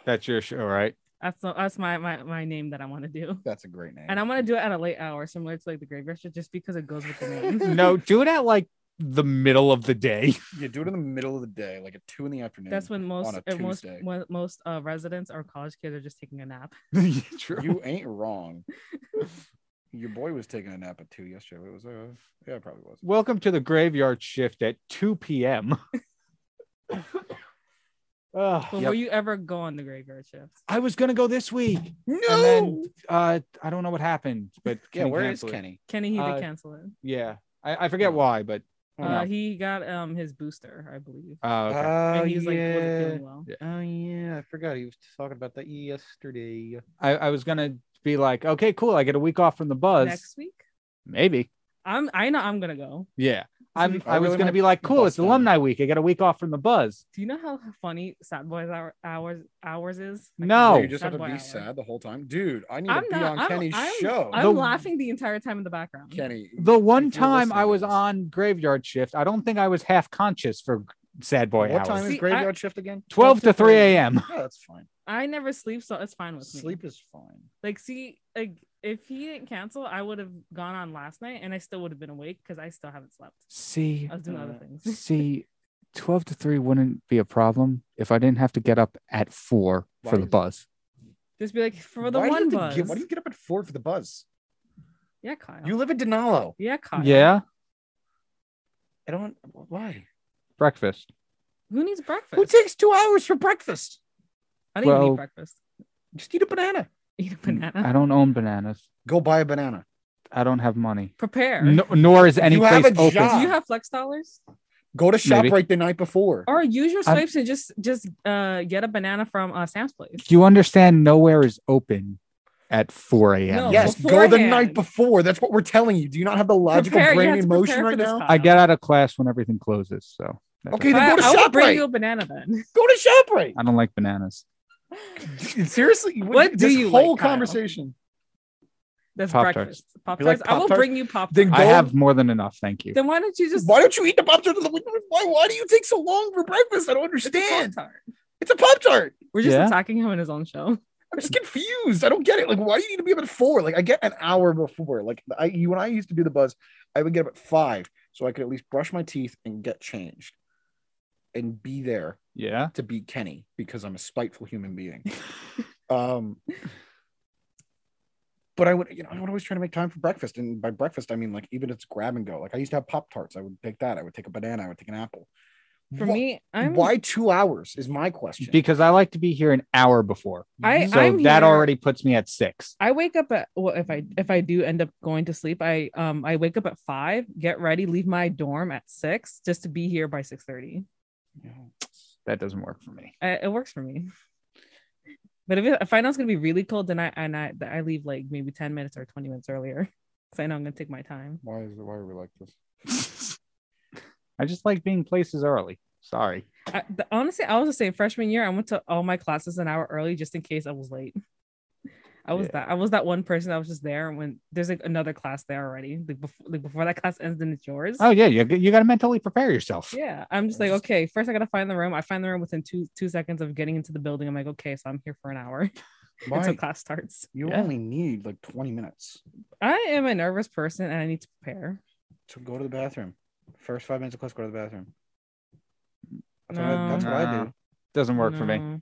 S2: That's your show, right?
S3: That's the- that's my my my name that I want to do.
S4: That's a great name.
S3: And I'm gonna do it at a late hour, similar to like the graveyard shift, just because it goes with the name.
S2: No, do it at like the middle of the day.
S4: You do it in the middle of the day, like at two in the afternoon.
S3: That's when most
S4: on a
S3: uh, most
S4: Tuesday.
S3: when- most uh, residents or college kids are just taking a nap.
S2: True.
S4: you ain't wrong. Your boy was taking a nap at two yesterday. It was uh, yeah, it probably was.
S2: Welcome to the graveyard shift at 2 p.m. Ugh.
S3: But
S2: Yep.
S3: will you ever go on the graveyard shift?
S2: I was gonna go this week.
S4: No.
S2: And then uh, I don't know what happened, but
S4: yeah,
S2: Kenny
S4: where is
S2: canceled it.
S4: Kenny?
S3: Kenny, he did
S2: Uh,
S3: cancel it.
S2: Yeah, I, I forget
S4: Oh.
S2: why, but
S4: I don't
S3: Uh,
S4: know.
S3: he got um his booster, I believe.
S2: uh, okay.
S4: Oh,
S3: and he's like wasn't
S4: yeah.
S3: feeling well.
S4: oh yeah, I forgot he was talking about that yesterday.
S2: I, I was gonna be like, okay, cool, I get a week off from the buzz,
S3: Next week,
S2: maybe.
S3: I'm I know I'm gonna go.
S2: Yeah, I'm.
S4: I
S2: I was
S4: really
S2: gonna
S4: might
S2: be like, cool,
S4: bust
S2: it's
S4: down.
S2: alumni week, I get a week off from the buzz.
S3: Do you know how funny Sad Boys hour, hours hours is?
S2: No.
S4: you just
S3: Sad
S4: have to
S3: Boy
S4: be
S3: Hour.
S4: sad the whole time, dude. I need
S3: I'm
S4: to be
S3: not.
S4: on
S3: I'm,
S4: Kenny's
S3: I'm,
S4: show.
S3: I'm
S2: The-
S3: laughing the entire time in the background.
S4: Kenny,
S2: The one
S4: if you're
S2: time I
S4: listening to
S2: was
S4: this.
S2: on graveyard shift, I don't think I was half conscious for sad boy
S4: what
S2: hours.
S4: time is
S3: See, I-
S4: graveyard shift again?
S2: 12 to 3
S4: a.m.
S2: a.m.
S4: Yeah, Oh, that's fine.
S3: I never sleep, so it's fine with
S4: Sleep
S3: me.
S4: is fine.
S3: Like, see, like if he didn't cancel, I would have gone on last night, and I still would have been awake because I still haven't slept.
S2: See,
S3: I was doing other
S4: Mm.
S3: things.
S2: see, 12 to 3 wouldn't be a problem if I didn't have to get up at 4
S4: Why
S2: for the
S4: is-
S2: buzz.
S3: Just be like for the
S4: Why do you
S3: one
S4: have
S3: buzz.
S4: to get- why do you get up at four for the buzz?
S3: yeah, Kyle.
S4: You live in Denalo.
S3: yeah, Kyle.
S2: Yeah,
S4: I don't. Why?
S2: breakfast.
S3: Who needs breakfast?
S4: Who takes two hours for breakfast?
S3: I didn't even
S2: Well-
S3: need breakfast.
S4: Just eat a banana.
S3: Eat a banana.
S2: I don't own bananas.
S4: Go buy a banana.
S2: I don't have money.
S3: Prepare.
S2: No, nor is any
S4: You have
S2: place
S4: a
S2: open.
S4: job.
S3: Do you have flex dollars?
S4: Go to shop
S2: Maybe.
S4: right the night before.
S3: Or use your
S2: I'm-
S3: swipes and just just uh get a banana from uh, Sam's place.
S2: Do you understand? Nowhere is open at 4 a.m.
S3: No.
S4: yes, go the
S3: beforehand.
S4: night before. That's what we're telling you. Do you not have the logical
S3: Prepare. You
S4: brain
S3: have to
S4: emotion
S3: prepare
S4: right
S3: for this
S4: now?
S3: time.
S2: I get out of class when everything closes. So that's
S4: Okay,
S2: all.
S4: then
S3: I,
S4: go to
S3: I will bring
S4: ShopRite.
S3: you a banana then.
S4: Go to shop right.
S2: I don't like bananas.
S4: Seriously,
S3: What do
S4: this
S3: you
S4: whole
S3: like, Kyle?
S4: conversation?
S3: That's
S2: Pop-Tarts.
S3: breakfast. Pop
S4: You like
S3: tarts. I will
S4: Pop-Tarts?
S3: bring you pop
S4: Then
S3: tarts.
S4: go-
S2: I have more than enough. Thank you.
S3: Then why don't you just
S4: Why don't you eat the pop tart? Why? Why do you take so long for breakfast? I don't understand.
S3: Pop-Tart?
S4: It's a pop tart.
S3: We're just
S2: Yeah.
S3: attacking him in his own show.
S4: I'm just confused. I don't get it. Like, why do you need to be up at four? Like, I get an hour before. Like, I you when I used to do the buzz, I would get up at five so I could at least brush my teeth and get changed, and be there
S2: Yeah.
S4: to beat Kenny because I'm a spiteful human being. um, but I would, you know, I would always try to make time for breakfast, and by breakfast I mean like even if it's grab and go. Like I used to have Pop Tarts. I would take that. I would take a banana. I would take an apple.
S3: For
S4: Wh-
S3: me, I'm
S4: why two hours is my question.
S2: Because I like to be here an hour before.
S3: I-
S2: so
S3: I'm
S2: that
S3: here-
S2: already puts me at six.
S3: I wake up at well if I if I do end up going to sleep, I um I wake up at five, get ready, leave my dorm at six just to be here by six thirty.
S2: That doesn't work for me.
S3: I, it works for me. But if, it, if I know it's gonna be really cold, then I and I I leave like maybe ten minutes or twenty minutes earlier, because I know I'm gonna take my time.
S4: why is it, why are we like this?
S2: I just like being places early. Sorry.
S3: I, the, honestly, I was the same freshman year. I went to all my classes an hour early just in case I was late. I was that I was that one person that was just there when there's like another class there already. Like before like before that class ends, then it's yours.
S2: Oh yeah, you, you got to mentally prepare yourself.
S3: Yeah, I'm just like, okay, first I gotta find the room. I find the room within two two seconds of getting into the building. I'm like, okay, so I'm here for an hour until
S4: Why?
S3: class starts.
S4: You
S2: Yeah.
S4: only need like 20 minutes
S3: I am a nervous person and I need to prepare.
S4: to go to the bathroom. First five minutes of class, go to the bathroom. That's, what, I,
S3: No.
S4: that's what I do.
S2: No. Doesn't work for me.
S3: No. Mm-hmm.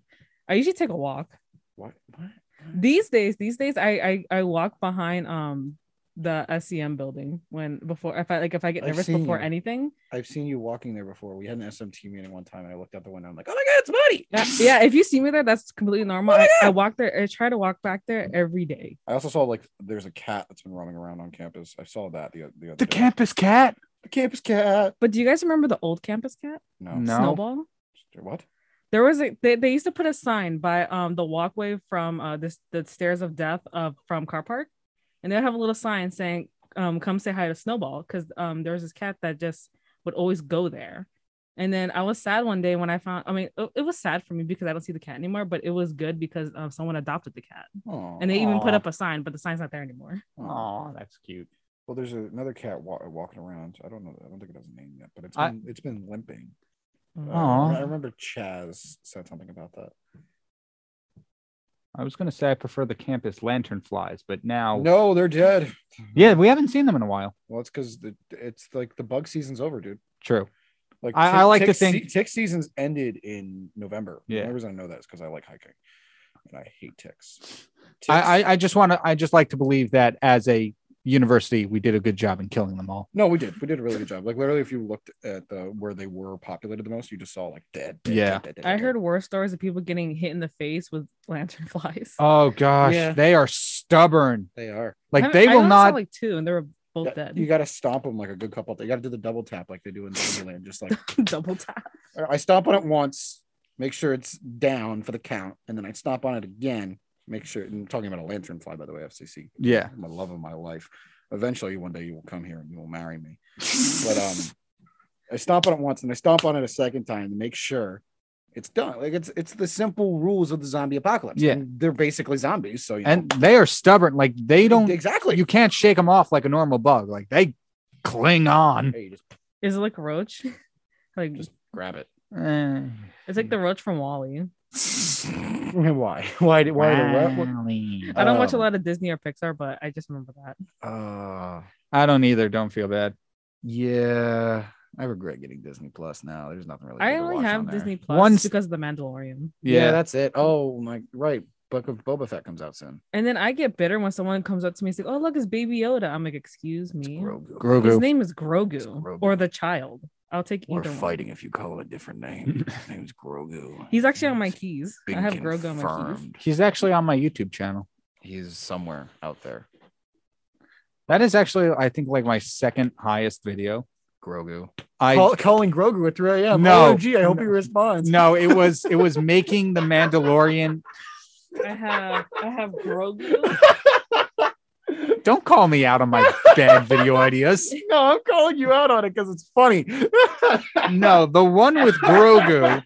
S3: I usually take a walk.
S4: What? what?
S3: These days, these days I I, I walk behind um the SEM building when before if I like if I get
S4: I've
S3: nervous
S4: seen
S3: before
S4: you.
S3: anything.
S4: I've seen you walking there before. We had an SMT meeting one time, and I looked out the window. I'm like, oh my god, it's Marty.
S3: Yeah, yeah, if you see me there, that's completely normal.
S4: Oh my
S3: I, I
S4: God.
S3: walk there, I try to walk back there every day.
S4: I also saw like there's a cat that's been roaming around on campus. I saw that the the other
S2: The
S4: day.
S2: campus cat.
S4: the campus cat.
S3: But do you guys remember the old campus cat?
S4: No,
S2: No.
S3: Snowball?
S4: what?
S3: there was a they, they used to put a sign by um the walkway from uh this the stairs of death of from car park and they'd have a little sign saying um come say hi to snowball because um there was this cat that just would always go there and then i was sad one day when i found i mean it, it was sad for me because i don't see the cat anymore but it was good because um, someone adopted the cat
S4: Oh,
S3: and they even put
S2: Aw.
S3: up a sign but the sign's not there anymore
S2: Oh, that's cute.
S4: Well, there's a, another cat wa- walking around. I don't know. I don't think it has a name yet, but it's
S2: I-
S4: been, it's been limping. Uh,
S2: Aw.
S4: I remember Chaz said something about that.
S2: I was gonna say I prefer the campus lantern flies, but now
S4: No, they're dead.
S2: yeah, we haven't seen them in a while.
S4: Well, it's because the it's like the bug season's over, dude.
S2: True.
S4: Like
S2: I- I like to
S4: se-
S2: think-
S4: tick seasons ended in November.
S2: Yeah.
S4: the only reason I know that is because I like hiking, and I hate ticks. ticks.
S2: I, I, I just want to. I just like to believe that as a university, we did a good job in killing them all.
S4: no, we did. We did a really good job. Like literally, if you looked at the where they were populated the most, you just saw like dead. dead,
S2: Yeah.
S4: dead, dead, dead,
S3: I
S4: dead,
S3: heard war stories of people getting hit in the face with lantern flies.
S2: Oh gosh,
S4: Yeah.
S2: they are stubborn.
S4: dead. they are.
S2: Like
S3: I-
S2: they
S3: I
S2: will
S3: only saw,
S2: not.
S3: like two, and they were both
S4: Yeah,
S3: dead.
S4: You got to stomp them like a good couple. You got to do the double tap like they do in Zombieland. Just like
S3: Double tap.
S4: I stomp on it once, make sure it's down for the count, and then I stomp on it again, make sure. And I'm talking about a lantern fly, by the way, FCC.
S2: yeah.
S4: I'm a love of my life. Eventually, one day you will come here and you will marry me. But um, I stomp on it once and I stomp on it a second time to make sure it's done. Like it's it's the simple rules of the zombie apocalypse.
S2: Yeah.
S4: And they're basically zombies. So you
S2: And they are stubborn. Like they
S4: know,
S2: don't.
S4: exactly.
S2: You can't shake them off like a normal bug. Like they cling on.
S4: Hey, you just
S3: Is it like a roach? like
S4: grab it.
S2: Eh.
S3: it's
S4: mm.
S3: like the roach from Wally.
S4: Why? Why? did- Why? did- what- what-
S2: Wally.
S3: I don't watch a
S4: Um,
S3: lot of Disney or Pixar, but I just remember that.
S4: Uh,
S2: I don't either. Don't feel bad.
S4: yeah, I regret getting Disney Plus now. There's nothing really. good
S3: I
S4: to
S3: only
S4: watch on
S3: have
S4: there.
S3: Disney Plus
S2: Once-
S3: because of the Mandalorian.
S4: Yeah.
S2: Yeah.
S4: that's it. Oh my, right. Book of Boba Fett comes out soon.
S3: And then I get bitter when someone comes up to me and says, Oh, look, it's Baby Yoda. I'm like, Excuse me.
S4: Grogu.
S3: His
S2: Grogu.
S3: name is Grogu,
S4: It's Grogu.
S3: or the child. I'll take
S4: We're
S3: either one.
S4: fighting if you call it a different name. His name's Grogu.
S3: He's actually on my keys.
S4: Been
S3: I have Grogu on my keys.
S4: confirmed.
S2: He's actually on my YouTube channel.
S4: He's somewhere out there.
S2: That is actually, I think, like my second highest video.
S4: Grogu.
S2: I
S4: calling Grogu at 3 a.m.
S2: No.
S4: OMG, I hope he responds.
S2: no, it was it was making the Mandalorian.
S3: I have I have Grogu.
S2: Don't call me out on my bad video ideas.
S4: No, I'm calling you out on it because it's funny.
S2: No, the one with Grogu.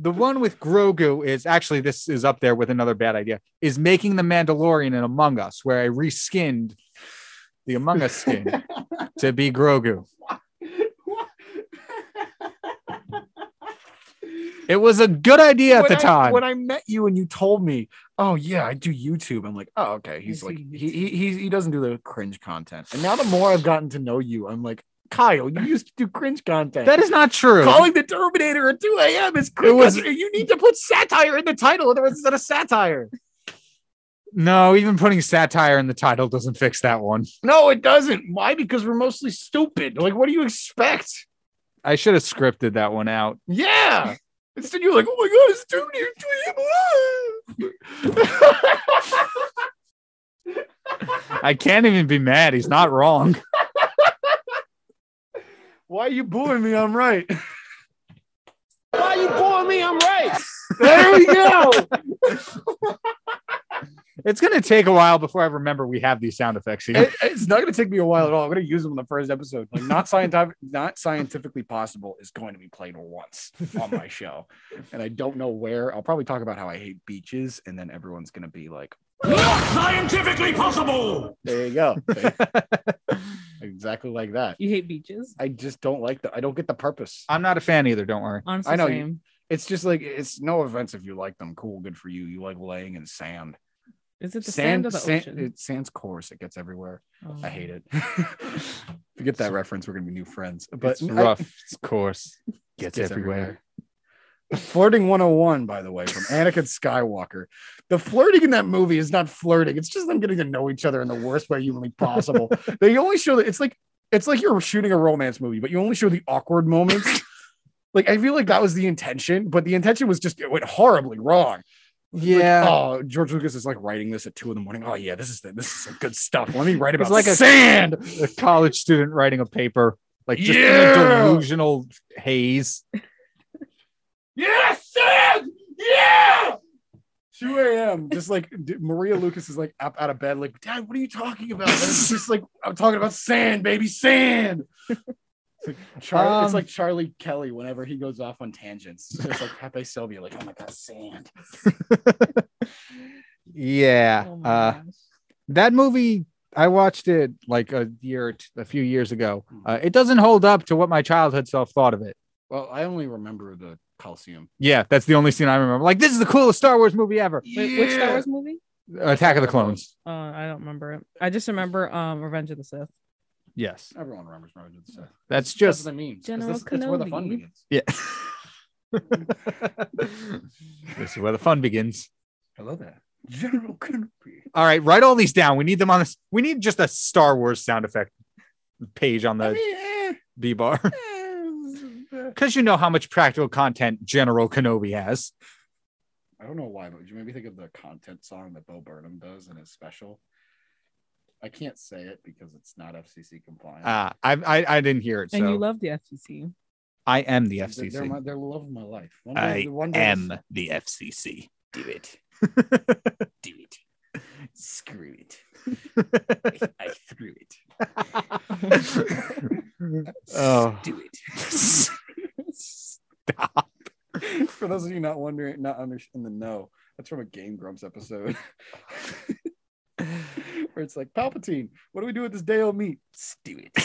S2: The one with Grogu is actually this is up there with another bad idea. Is making the Mandalorian in Among Us, where I reskinned the Among Us skin to be Grogu. It was a good idea at
S4: When
S2: the
S4: I-
S2: time.
S4: when I met you and you told me, "Oh yeah, I do YouTube," I'm like, "Oh okay." He's
S3: see
S4: like,
S3: YouTube.
S4: he, he he he doesn't do the cringe content. And now the more I've gotten to know you, I'm like, Kyle, you used to do cringe content.
S2: that is not true.
S4: calling the Terminator at 2 a.m. is cringe.
S2: was-
S4: content. you need to put satire in the title, otherwise it's not a satire.
S2: No, even putting satire in the title doesn't fix that one.
S4: No, it doesn't. Why? Because we're mostly stupid. Like, what do you expect?
S2: I should have scripted that one out.
S4: Yeah. Instead, you're like, oh my god, it's too near to
S2: I can't even be mad. He's not wrong.
S4: Why are you booing me? I'm right.
S1: Why you booing me? I'm right.
S4: There we go.
S2: It's going to take a while before I remember we have these sound effects here.
S4: It- it's not going to take me a while at all. I'm going to use them in the first episode. Like, not scientific, not scientifically possible is going to be played once on my show, and I don't know where. I'll probably talk about how I hate beaches, and then everyone's going to be like,
S1: Not scientifically possible.
S4: "There you go," exactly like that.
S3: You hate beaches?
S4: I just don't like that. I don't get the purpose.
S2: I'm not a fan either. Don't worry.
S3: Honestly,
S4: I know you-
S3: same.
S4: It's just like it's no offense if you like them. Cool, good for you. You like laying in sand.
S3: Is it the sand, of the
S4: sand,
S3: ocean?
S4: It, sand's coarse. It gets everywhere.
S3: Oh.
S4: I hate it. if you get that reference, we're gonna be new friends. But
S2: it's
S4: I-
S2: rough. it's coarse. Gets,
S4: Gets
S2: everywhere.
S4: Flirting 101, by the way, from Anakin Skywalker. The flirting in that movie is not flirting. It's just them getting to know each other in the worst way humanly possible. they only show that it's like it's like you're shooting a romance movie, but you only show the awkward moments. like I feel like that was the intention, but the intention was just it went horribly wrong.
S2: Yeah.
S4: Oh, George Lucas is like writing this at two in the morning. Oh yeah, this is the, this is some good stuff. Let me write
S2: It's
S4: about
S2: like a-
S4: sand.
S2: A college student writing a paper, like just in
S4: Yeah.
S2: a delusional haze.
S4: Yes, sand. Yeah. 2 a.m. Just like d- Maria Lucas is like up out of bed, like, Dad, what are you talking about? And it's just like, I'm talking about sand, baby, sand. It's like, Char-
S2: Um,
S4: it's like Charlie Kelly whenever he goes off on tangents. It's just like Pepe Sylvia, like, oh my God, sand.
S2: Yeah.
S3: Oh my
S2: uh,
S3: gosh.
S2: that movie, I watched it like a year, or t- a few years ago.
S3: Hmm.
S2: Uh, it doesn't hold up to what my childhood self thought of it.
S4: Well, I only remember the Coliseum.
S2: Yeah, that's the only scene I remember. Like, this is the coolest Star Wars movie ever.
S3: Wait, which Star Wars movie?
S2: Attack of the Clones.
S3: Uh, I don't remember it. I just remember um Revenge of the Sith.
S2: Yes,
S4: Everyone remembers Revenge of the Sith.
S2: that's
S4: That's
S2: just
S4: what that means. 'cause
S3: General
S4: That's, that's where the fun
S3: Kenobi.
S4: begins.
S2: yeah. this is where the fun begins.
S4: Hello there.
S5: General Kenobi.
S2: All right, write all these down. We need them on this. We need just a Star Wars sound effect page on the
S5: I mean, eh,
S2: B bar
S5: eh,
S2: because you know how much practical content General Kenobi has.
S4: I don't know why, but you made me think of the content song that Bo Burnham does in his special. I can't say it because it's not FCC compliant.
S2: Uh, I, I I didn't hear it,
S3: And
S2: so
S3: you love the FCC.
S2: I am the
S4: They're- They're, my,
S2: FCC.
S4: they're the love of my life. One
S2: I
S4: one
S2: am the FCC.
S6: Do it. Do it. Screw it. I, I threw it.
S2: oh,
S6: Do it.
S2: stop!
S4: For those of you not wondering, not under, in the know, that's from a Game Grumps episode. Where it's like Palpatine, what do we do with this day old meat?
S6: Do it.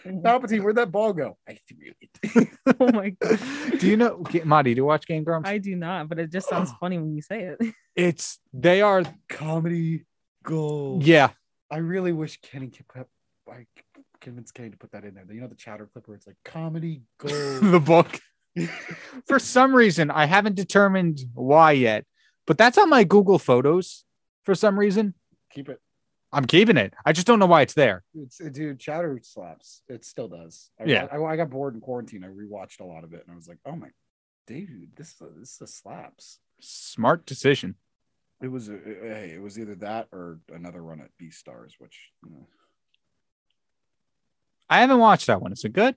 S4: Palpatine, where'd that ball go?
S6: I threw it.
S3: Oh my god.
S2: Do you know, G- Marty? Do you watch Game Grumps?
S3: I do not, but it just sounds funny when you say it.
S2: it's they are.
S4: Comedy gold.
S2: Yeah,
S4: I really wish Kenny could put, I convinced Kenny to put that in there. You know the chatter clip where it's like comedy gold.
S2: the book. For some reason, I haven't determined why yet, but that's on my Google Photos. For some reason,
S4: Keep it.
S2: I'm keeping it. I just don't know why it's there.
S4: It's it, dude, chatter slaps. It still does. I,
S2: Yeah.
S4: I, I got bored in quarantine. I rewatched a lot of it, and I was like, oh my, dude, this is a, this is a slaps.
S2: Smart decision.
S4: It was a, a- hey, it was either that or another run at B stars, which you know,
S2: I haven't watched that one. Is it good?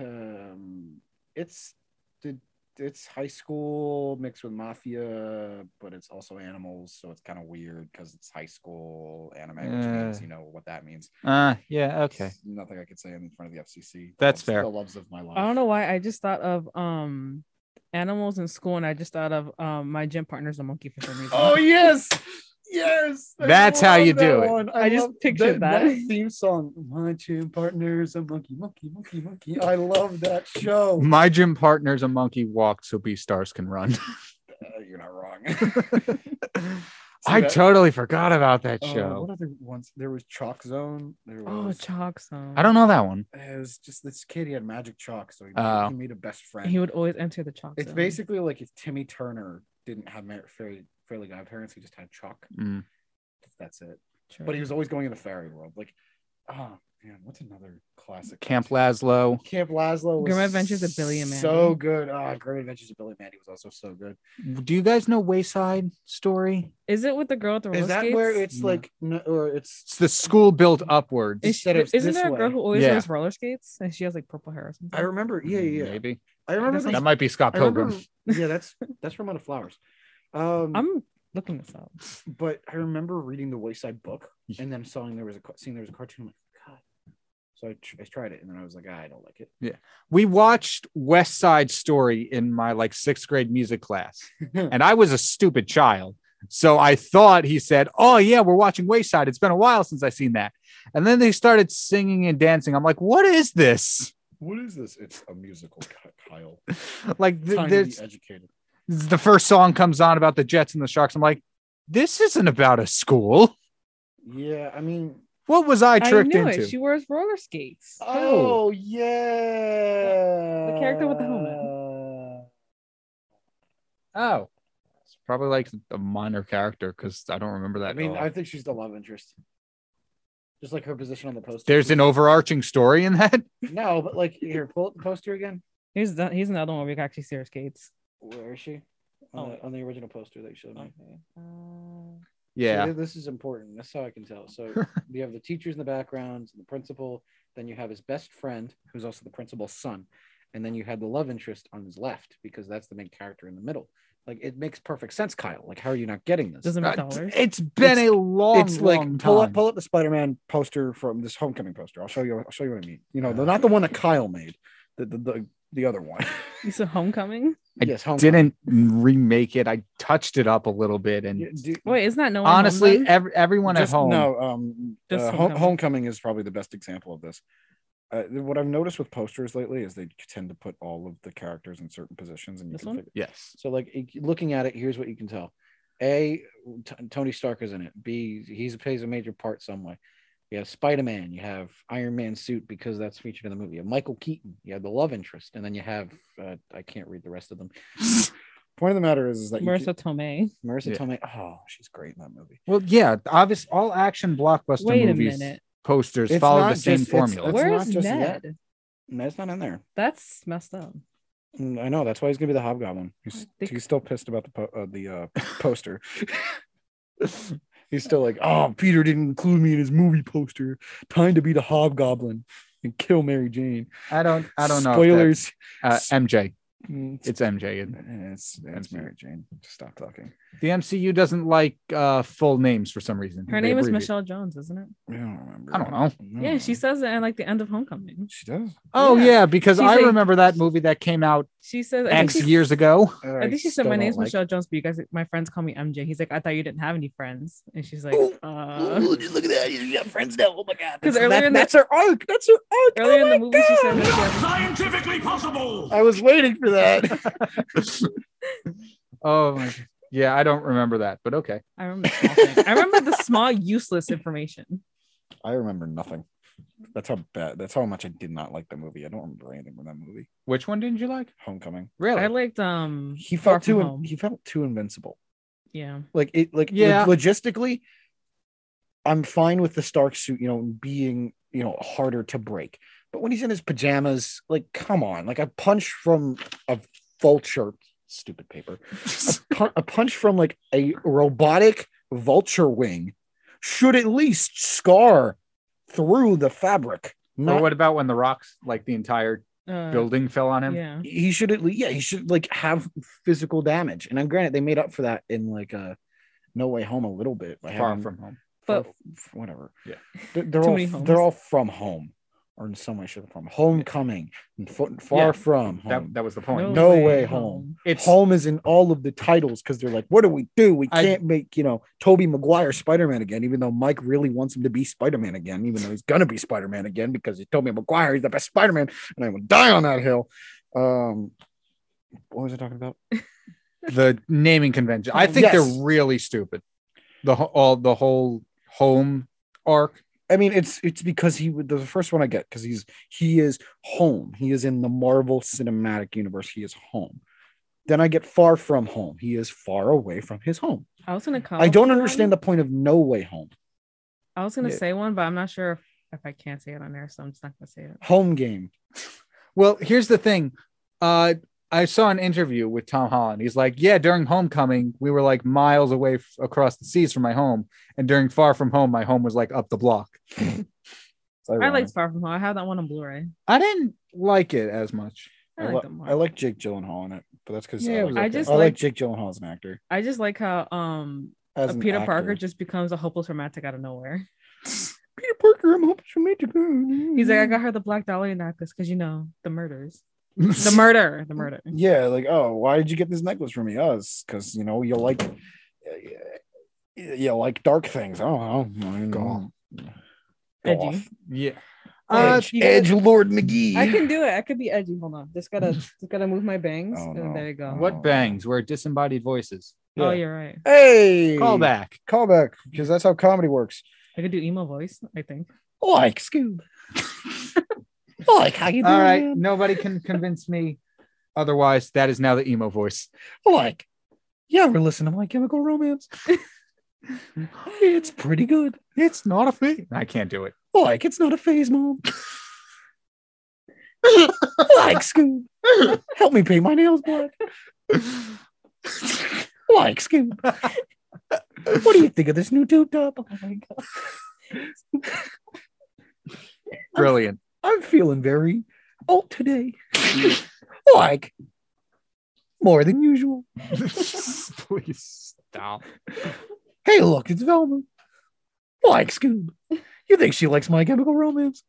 S4: um, it's did it's high school mixed with mafia, but it's also animals, so it's kind of weird because it's high school anime, which means
S2: Uh.
S4: you know what that means.
S2: Uh yeah, okay.
S4: It's nothing I could say in front of the FCC.
S2: That's
S4: Loves-
S2: fair.
S4: The loves of my life.
S3: I don't know why. I just thought of um animals in school, and I just thought of um my gym partner's a monkey for some reason.
S4: Oh yes, yes.
S2: That's how
S4: love
S2: you do
S4: that
S2: it.
S4: one.
S3: I just
S4: love
S3: pictured that.
S4: theme song. My two partners, a monkey, monkey, monkey, monkey. I love that show.
S2: My gym partner's a monkey walked so B stars can run.
S4: Uh, you're not wrong.
S2: I
S4: that-
S2: totally forgot about that
S4: Uh,
S2: show.
S4: what other ones? There was Chalk Zone. There
S3: Oh,
S4: was.
S3: chalk song.
S2: I don't know that one.
S4: it was just this kid. He had magic chalk, so he,
S2: Oh.
S4: he made a best friend.
S3: He would always enter the chalk.
S4: it's
S3: zone.
S4: basically like if Timmy Turner didn't have Mer- fairly fairly god parents, he just had chalk.
S2: Mm.
S4: That's it.
S3: True.
S4: But he was always going into fairy world. Like, oh man, what's another classic?
S2: Camp
S4: cartoon?
S2: Laszlo.
S4: Camp Laszlo. Was
S3: Grim Adventures of Billy and
S4: So
S3: Mandy.
S4: good. Ah, Grim Adventures of Billy and Mandy was also so good.
S2: Do you guys know Wayside Story?
S3: is it with the girl at the roller
S4: Is that
S3: skates?
S4: where it's
S2: No.
S4: like, no, or it's
S2: It's the school built upwards.
S3: Is she,
S4: instead of
S3: isn't
S4: this
S3: there a girl
S4: way?
S3: who always
S2: Yeah.
S3: wears roller skates and she has like purple hair or something?
S4: I remember. Yeah, yeah. yeah.
S2: Maybe
S4: I remember.
S3: That
S4: these-
S2: that might be Scott
S4: I
S2: Pilgrim.
S4: remember- yeah, that's that's from Out of Flowers. Um,
S3: I'm looking this up.
S4: but I remember reading the Wayside book and then seeing there was a ca- seeing there was a cartoon. I'm like, God. So I, tr- I tried it and then I was like, "Ah, I don't like it.
S2: we watched West Side Story in my like sixth grade music class, and I was a stupid child. So I thought he said, Oh, yeah, we're watching Wayside. It's been a while since I've seen that. And then they started singing and dancing. I'm like, What is this?
S4: What is this? It's a musical, Ky- Kyle.
S2: Like, th-
S4: Time to be
S2: there's-
S4: educated.
S2: the first song comes on about the Jets and the Sharks. I'm like, This isn't about a school.
S4: Yeah, I mean,
S2: What was I
S3: I,
S2: tricked
S3: knew
S2: into?
S3: it. She wears roller skates.
S4: Oh, yeah.
S3: The character with the
S4: helmet.
S2: oh, it's probably like a minor character because I don't remember that.
S4: I mean,
S2: at all.
S4: I think she's the love interest. Just like her position on the poster.
S2: there's an overarching story in that.
S4: no, but like here, pull up the poster again.
S3: Here's the, here's another one where we can actually see her skates.
S4: Where is she? On, the, on the original poster that you showed me.
S3: uh,
S2: Yeah.
S4: So this is important. That's how I can tell. So you have the teachers in the background, the principal. Then you have his best friend, who's also the principal's son, and then you had the love interest on his left because that's the main character in the middle. Like it makes perfect sense, Kyle. Like how are you not getting this?
S3: Doesn't make
S2: Uh,
S3: dollars.
S2: it's been a long,
S4: it's like
S2: long
S4: pull up
S2: time.
S4: pull up the Spider-Man poster from this homecoming poster. I'll show you I'll show you what I mean. You know, they're not the one that Kyle made, the the the, the other one.
S3: It's a homecoming.
S2: I
S4: yes, homecoming.
S2: Didn't remake it. I touched it up a little bit, and
S4: Yeah, do-
S3: Wait, isn't that no one? home
S2: honestly,
S3: then?
S2: ev- everyone
S4: Just-
S2: at home.
S4: No, um,
S3: Just
S4: uh, Home- homecoming.
S3: Homecoming.
S4: is probably the best example of this. Uh, what I've noticed with posters lately is they tend to put all of the characters in certain positions, and you
S3: This
S4: can
S3: one?
S4: figure-
S2: Yes.
S4: so like it- looking at it, here's what you can tell: A, T- Tony Stark is in it. B, he's plays a major part some way. You have Spider Man, you have Iron Man suit because that's featured in the movie. You have Michael Keaton, you have the love interest, and then you have uh, I can't read the rest of them. Point of the matter is, is that you
S3: Marissa
S4: keep-
S3: Tomei.
S4: Marissa
S2: Yeah.
S4: Tomei. Oh, she's great in that movie.
S2: Well, yeah, obvious all action blockbuster
S3: Wait a
S2: movies
S3: minute.
S2: posters
S4: It's
S2: follow
S4: not
S2: the same
S4: just- it's-
S2: formula.
S4: That's
S3: Where's
S4: not just
S3: Ned?
S4: Ned's not in there.
S3: That's messed up.
S4: Mm, I know that's why he's gonna be the Hobgoblin. He's,
S3: think-
S4: he's still pissed about the po- uh, the uh, poster. he's still like, oh, Peter didn't include me in his movie poster. Time to be the Hobgoblin and kill Mary Jane.
S2: I don't I don't know. if
S4: Spoilers.
S2: that's- Uh, MJ.
S4: Mm,
S2: It's MJ. isn't it?
S4: It's, it's Mary Jane. Just stop talking.
S2: The MCU doesn't like uh, full names for some reason.
S3: Her
S2: They Mm.
S3: name is
S2: abbreviate.
S3: Michelle Jones, isn't it?
S4: I don't remember.
S2: I don't know.
S3: Yeah, she says it at like the end of Homecoming.
S4: She does.
S2: Oh yeah,
S3: Yeah.
S2: because
S3: She's
S2: I
S3: like-
S2: remember that movie that came out
S3: She says I think
S2: X
S3: she-
S2: years ago.
S3: I think she said my name's Michelle Jones, but you guys, my friends call me MJ. He's like, I thought you didn't have any friends, and she's like, uh.
S4: look at that. She's got friends now. Oh my god.
S3: Because earlier in the-
S4: that's her arc. That's her arc.
S3: Earlier in
S4: oh
S3: the
S4: my
S3: movie, she said
S4: God.
S3: that she has-
S1: Scientifically possible!
S4: I was waiting for that.
S2: Oh my God. yeah, I don't remember that, but okay.
S3: I remember. the small thing. I remember the small useless information.
S4: I remember nothing. That's how bad. That's how much I did not like the movie. I don't remember anything from that movie.
S2: Which one didn't you like?
S4: Homecoming.
S2: Really?
S3: I liked um.
S4: He
S3: Far
S4: felt too.
S3: From Home.
S4: He felt too invincible.
S3: Yeah.
S4: Like it. Like
S2: Yeah.
S4: yeah. logistically, I'm fine with the Stark suit. You know, being you know harder to break. But when he's in his pajamas, like come on, like a punch from a vulture. Stupid paper. a, pu- a punch from like a robotic vulture wing should at least scar through the fabric.
S2: or
S4: Not
S2: what about when the rocks, like the entire
S3: Uh,
S2: building, fell on him?
S3: Yeah.
S4: he should at least yeah he should like have physical damage and i'm granted they made up for that in like uh no way home a little bit by
S2: Far
S4: having-
S2: from home.
S4: far
S3: But-
S4: f- whatever
S2: Yeah.
S4: They- they're,
S3: Too
S4: all
S3: many homes.
S4: they're all from home or in some way shape or form homecoming and fo- far
S2: Yeah.
S4: from home
S2: That that was the point.
S4: No Way
S2: It's
S4: home is in all of the titles because they're like what do we do we
S2: I-
S4: can't make you know toby maguire spider-man again even though mike really wants him to be spider-man again even though he's gonna be spider-man again because he's toby maguire he's the best spider-man and i will die on that hill um what was i talking about
S2: the naming convention. I think
S4: Yes.
S2: they're really stupid. The ho- all the whole home arc.
S4: I mean, it's it's because he would- the first one I get because he's he is home. He is in the Marvel Cinematic Universe. He is home. Then I get far from home. He is far away from his home.
S3: I was gonna
S2: Oh,
S3: call.
S4: I don't understand the point of no way home.
S3: I was gonna
S2: Yeah.
S3: say one, but I'm not sure if, if I can't say it on there, so I'm just not gonna say it.
S4: Home game.
S2: Well, here's the thing. Uh, I saw an interview with Tom Holland. He's like, "Yeah, during Homecoming, we were like miles away f- across the seas from my home, and during Far From Home, my home was like up the block."
S4: It's ironic.
S3: I liked Far From Home. I have that one on Blu-ray.
S2: I didn't like it as much.
S3: I
S4: I,
S3: like
S4: li-
S3: them more.
S4: I like Jake Gyllenhaal in it, but that's because
S2: Yeah,
S4: I,
S2: it
S4: like,
S2: was
S4: I
S3: I
S2: okay.
S3: just
S4: like
S3: like,
S4: Jake Gyllenhaal as an actor.
S3: I just like how um
S4: As
S3: a
S4: an
S3: Peter
S4: actor.
S3: Parker just becomes a hopeless romantic out of nowhere.
S4: Peter Parker. I'm hoping you made it.
S3: He's like, I got her the black dolly necklace because you know the murders, the murder, the murder.
S4: Yeah, like, oh, why did you get this necklace for me? Us, because you know you like, you you like dark things. I don't know. I don't know.
S3: Edgy.
S2: Yeah. Uh,
S4: Edge, Edge Lord McGee.
S3: I can do it. I could be edgy. Hold on, just gotta just gotta move my bangs,
S4: Oh,
S3: and
S4: no.
S3: there you go.
S2: what bangs were disembodied voices?
S3: Oh,
S4: Yeah.
S3: you're right.
S4: Hey,
S2: Call back.
S4: call back, because that's how comedy works.
S3: I could do emo voice. I think.
S4: Like Scoob. like how you doing?
S2: All right. Nobody can convince me otherwise. That is now the emo voice.
S4: Like, you ever listen to My Chemical Romance? it's pretty good.
S2: It's not a thing. I can't do it.
S4: Like, it's not a phase, mom. like Scoob. Help me paint my nails black. like Scoob. What do you think of this new tube top?
S3: Oh my god.
S2: Brilliant.
S4: I'm feeling very old today. like more than usual.
S2: Please stop.
S4: Hey, look, it's Velma. Like Scoob. You think she likes my chemical romance?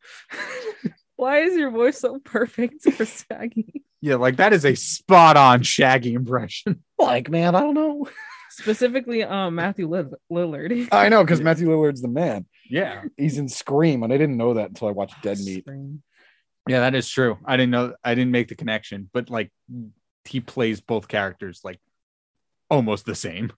S3: Why is your voice so perfect for Shaggy?
S2: Yeah, like that is a spot on Shaggy impression.
S4: Like, man, I don't know.
S3: Specifically, um, Matthew Lil- Lillard.
S4: I know because Matthew Lillard's the man.
S2: Yeah.
S4: He's in Scream, and I didn't know that until I watched Dead Meat.
S3: Scream.
S2: Yeah, that is true. I didn't know I didn't make the connection, but like he plays both characters like almost the same.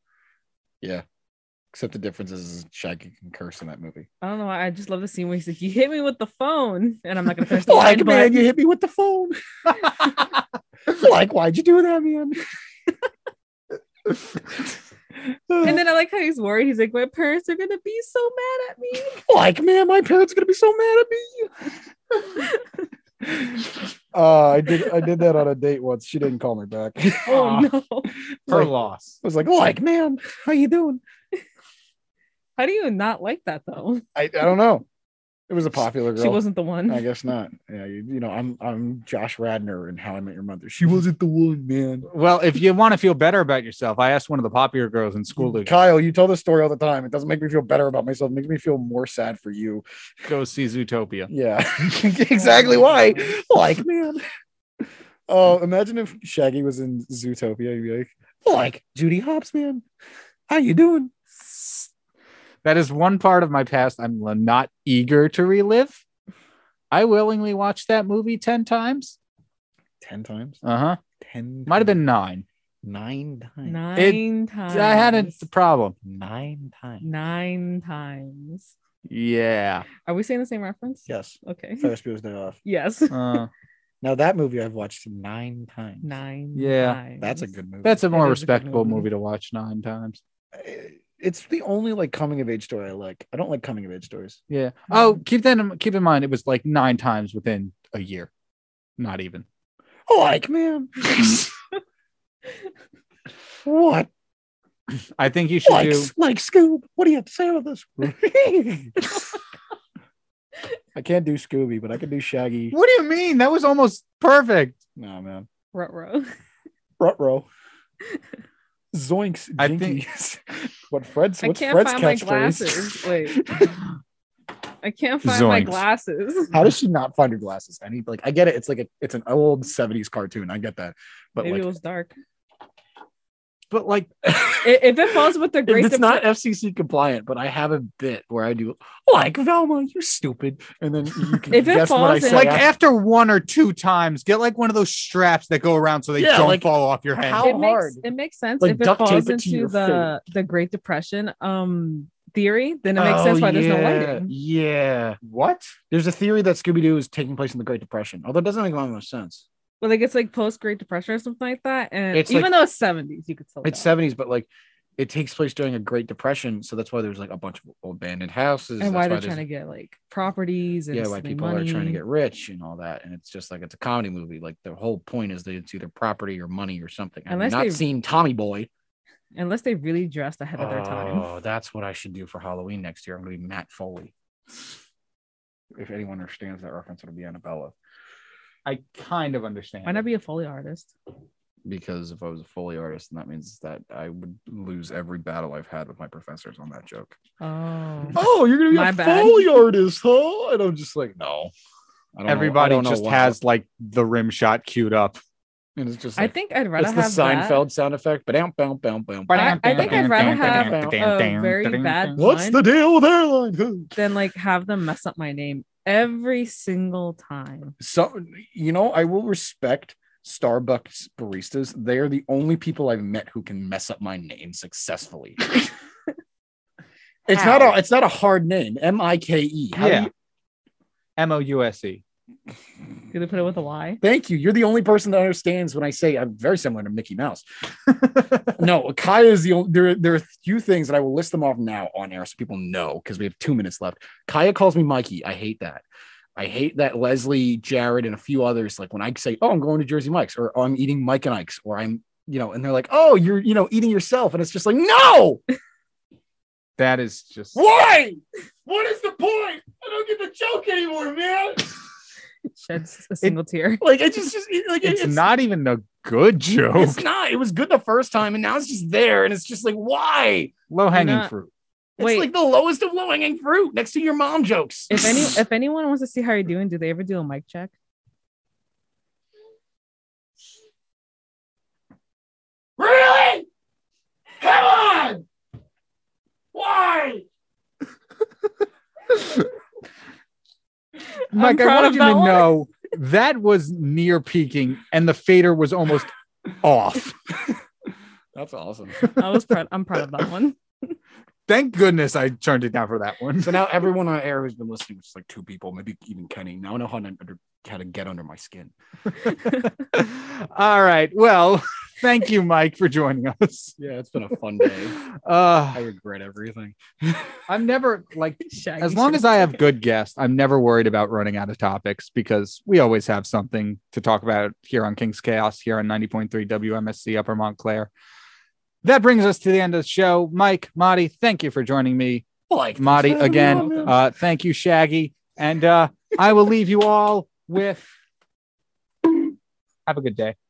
S4: Except the difference is Shaggy can curse in that movie.
S3: I don't know. why, I just love the scene where he's like, "You hit me with the phone," and I'm not gonna finish the line,
S4: Like, man,
S3: but
S4: you hit me with the phone. like, why'd you do that, man?
S3: and then I like how he's worried. He's like, "My parents are gonna be so mad at me."
S4: like, man, my parents are gonna be so mad at me. uh, I did I did that on a date once. She didn't call me back. I
S3: Oh no!
S2: Her
S4: Like-
S2: loss.
S4: was like, like, man, how you doing?
S3: How do you not like that though?
S4: I, I don't know. It was a popular girl.
S3: She wasn't the one.
S4: I guess not. Yeah, you, you know, I'm I'm Josh Radner and How I Met Your Mother.
S2: Mm-hmm.
S4: She wasn't the one, man.
S2: Well, if you want to feel better about yourself, I asked one of the popular girls in school to
S4: Kyle, you tell this story all the time. It doesn't make me feel better about myself. It makes me feel more sad for you.
S2: go see Zootopia.
S4: Yeah, exactly why. Like, man. Oh, imagine if Shaggy was in Zootopia. You'd be like, like Judy Hopps, man. How you doing?
S2: That is one part of my past I'm not eager to relive. I willingly watched that movie 10 times.
S4: Ten times.
S2: Uh huh.
S4: Ten.
S2: Might have
S4: times.
S2: been nine.
S4: nine times.
S3: Nine times.
S2: I had a problem.
S4: Nine times.
S3: Nine times.
S2: Yeah.
S3: Are we saying the same reference?
S4: Yes.
S3: Okay.
S4: Ferris Bueller's Day Off.
S3: Yes.
S2: Uh,
S4: Now that movie I've watched nine times.
S3: Nine.
S2: Yeah.
S3: times.
S4: That's a good movie.
S2: that's a more
S4: That is
S2: respectable
S4: good
S2: movie to watch nine times.
S4: It's the only like coming of age story I like. I don't like coming of age stories.
S2: Yeah.
S4: Hmm.
S2: Oh, keep that in, keep in mind. It was like nine times within a year. Not even.
S4: Like, man. what?
S2: I think you should
S4: like,
S2: do.
S4: like Scoob. What do you have to say about this? I can't do Scooby, but I can do Shaggy.
S2: What do you mean? That was almost perfect.
S4: Nah, man.
S3: Ruh-roh.
S4: Rutrow. Zoinks.
S2: I
S4: jinkies. what Fred's?
S3: I
S4: What's
S3: can't
S4: Fred's
S3: find my
S4: catchphrase?
S3: glasses. Wait. I can't find my
S2: Zoinks.
S3: glasses.
S4: How does she not find her glasses? I need like I get it. It's like a it's an old '70s cartoon. I get that, but
S3: Maybe
S4: like
S3: it was dark.
S4: but like
S3: I- If it falls with the great
S4: it's
S3: Dep-
S4: not FCC compliant, but I have a bit where I do like Velma, you stupid, and then you can
S3: If it
S4: guess what I
S3: falls in-
S4: say.
S2: Like
S4: after-
S2: after one or two times, get like one of those straps that go around so they
S4: Yeah,
S2: don't
S4: like,
S2: fall off your head.
S4: how-
S3: it
S4: hard.
S3: makes it makes sense
S4: Like,
S3: if it
S4: duct tape
S3: falls
S4: it to
S3: into
S4: your
S3: the the Great Depression um theory, then it makes
S4: Oh,
S3: sense why there's no
S4: yeah,
S3: lighting.
S4: Yeah,
S2: What?
S4: there's a theory that Scooby Doo is taking place in the Great Depression, although it doesn't make a lot of sense.
S3: But like it's like post Great Depression or something like that. And
S4: It's
S3: even
S4: like-
S3: though it's seventies, you could tell
S4: It's
S3: that.
S4: 70s, but like it takes place during a Great Depression, so that's why there's like a bunch of abandoned houses.
S3: and why they're
S4: that's
S3: trying to
S4: there's-
S3: get like properties and
S4: yeah, why people
S3: money.
S4: are trying to get rich and all that, and it's just like it's a comedy movie. Like the whole point is that it's either property or money or something. I've
S3: Unless
S4: not
S3: they-
S4: seen Tommy Boy.
S3: unless they really dressed ahead of their time.
S4: Oh, that's what I should do for Halloween next year. I'm going to be Matt Foley. If anyone understands that reference, it'll be Annabella.
S2: I kind of understand.
S3: Why not be a Foley artist?
S4: Because if I was a Foley artist, then that means that I would lose every battle I've had with my professors on that joke.
S3: Oh,
S4: Oh, you're going to be
S3: My
S4: a
S3: bad.
S4: Foley artist, huh? And I'm just like, no. I don't know- I
S2: Everybody
S4: don't know
S2: just
S4: why.
S2: has like the rim shot queued up.
S4: And it's just
S3: I
S4: like,
S3: think I'd rather
S4: it's the
S3: have that.
S4: Seinfeld sound effect. But bam, bam, bam, bam.
S3: I, I think I'd rather have a very bad
S4: What's
S3: What's
S4: the deal with airline?
S3: than like have them mess up my name every single time.
S4: so you know i will respect starbucks baristas they are the only people i've met who can mess up my name successfully it's not
S3: How?
S4: a it's not a hard name m-i-k-e E. How do
S2: Yeah.
S4: you-
S2: M O U S E.
S3: Do they put it with a Y?
S4: thank you you're the only person that understands when i say i'm very similar to mickey mouse no kaya is the only there, there are a few things that i will list them off now on air so people know because we have two minutes left kaya calls me mikey i hate that I hate that Leslie, Jared, and a few others. Like when I say, "Oh, I'm going to Jersey Mike's," or "Oh, "I'm eating Mike and Ike's," or "I'm," you know, and they're like, "Oh, you're, you know, eating yourself," and it's just like, "No,
S2: That is just.
S4: why? What is the point? I don't get the joke anymore, man."
S3: Sheds a single tear.
S4: Like it just, just it- like it-
S2: It's, not even a good joke.
S4: It's not. It was good the first time, and now it's just there, and it's just like, why?
S2: Low hanging
S3: not-
S2: fruit.
S4: It's
S3: Wait.
S4: like the lowest of low hanging fruit next to your mom jokes.
S3: If any if anyone wants to see how you're doing, do they ever do a mic check?
S1: Really? Come on! Why?
S2: Mike, I
S3: proud
S2: want
S3: of
S2: you
S3: that
S2: to
S3: one.
S2: know that was near peaking and the fader was almost off.
S4: That's awesome.
S3: I was proud. I'm proud of that one.
S2: Thank goodness I turned it down for that one.
S4: So now everyone on air who's been listening, which is like two people, maybe even Kenny, now know how to, under- how to get under my skin.
S2: All right. Well, thank you, Mike, for joining us.
S4: Yeah, it's been a fun day. I
S2: Uh,
S4: regret everything.
S2: I'm never like
S3: Shaggy
S2: as long
S3: said-
S2: as I have good guests, I'm never worried about running out of topics because we always have something to talk about here on King's Chaos, here on 90.3 WMSC Upper Montclair. That brings us to the end of the show. Mike, Marty, thank you for joining me.
S6: Like
S2: Marty,
S5: having me on,
S2: again,
S5: man.
S2: uh, thank you, Shaggy. And uh, I will leave you all with have a good day.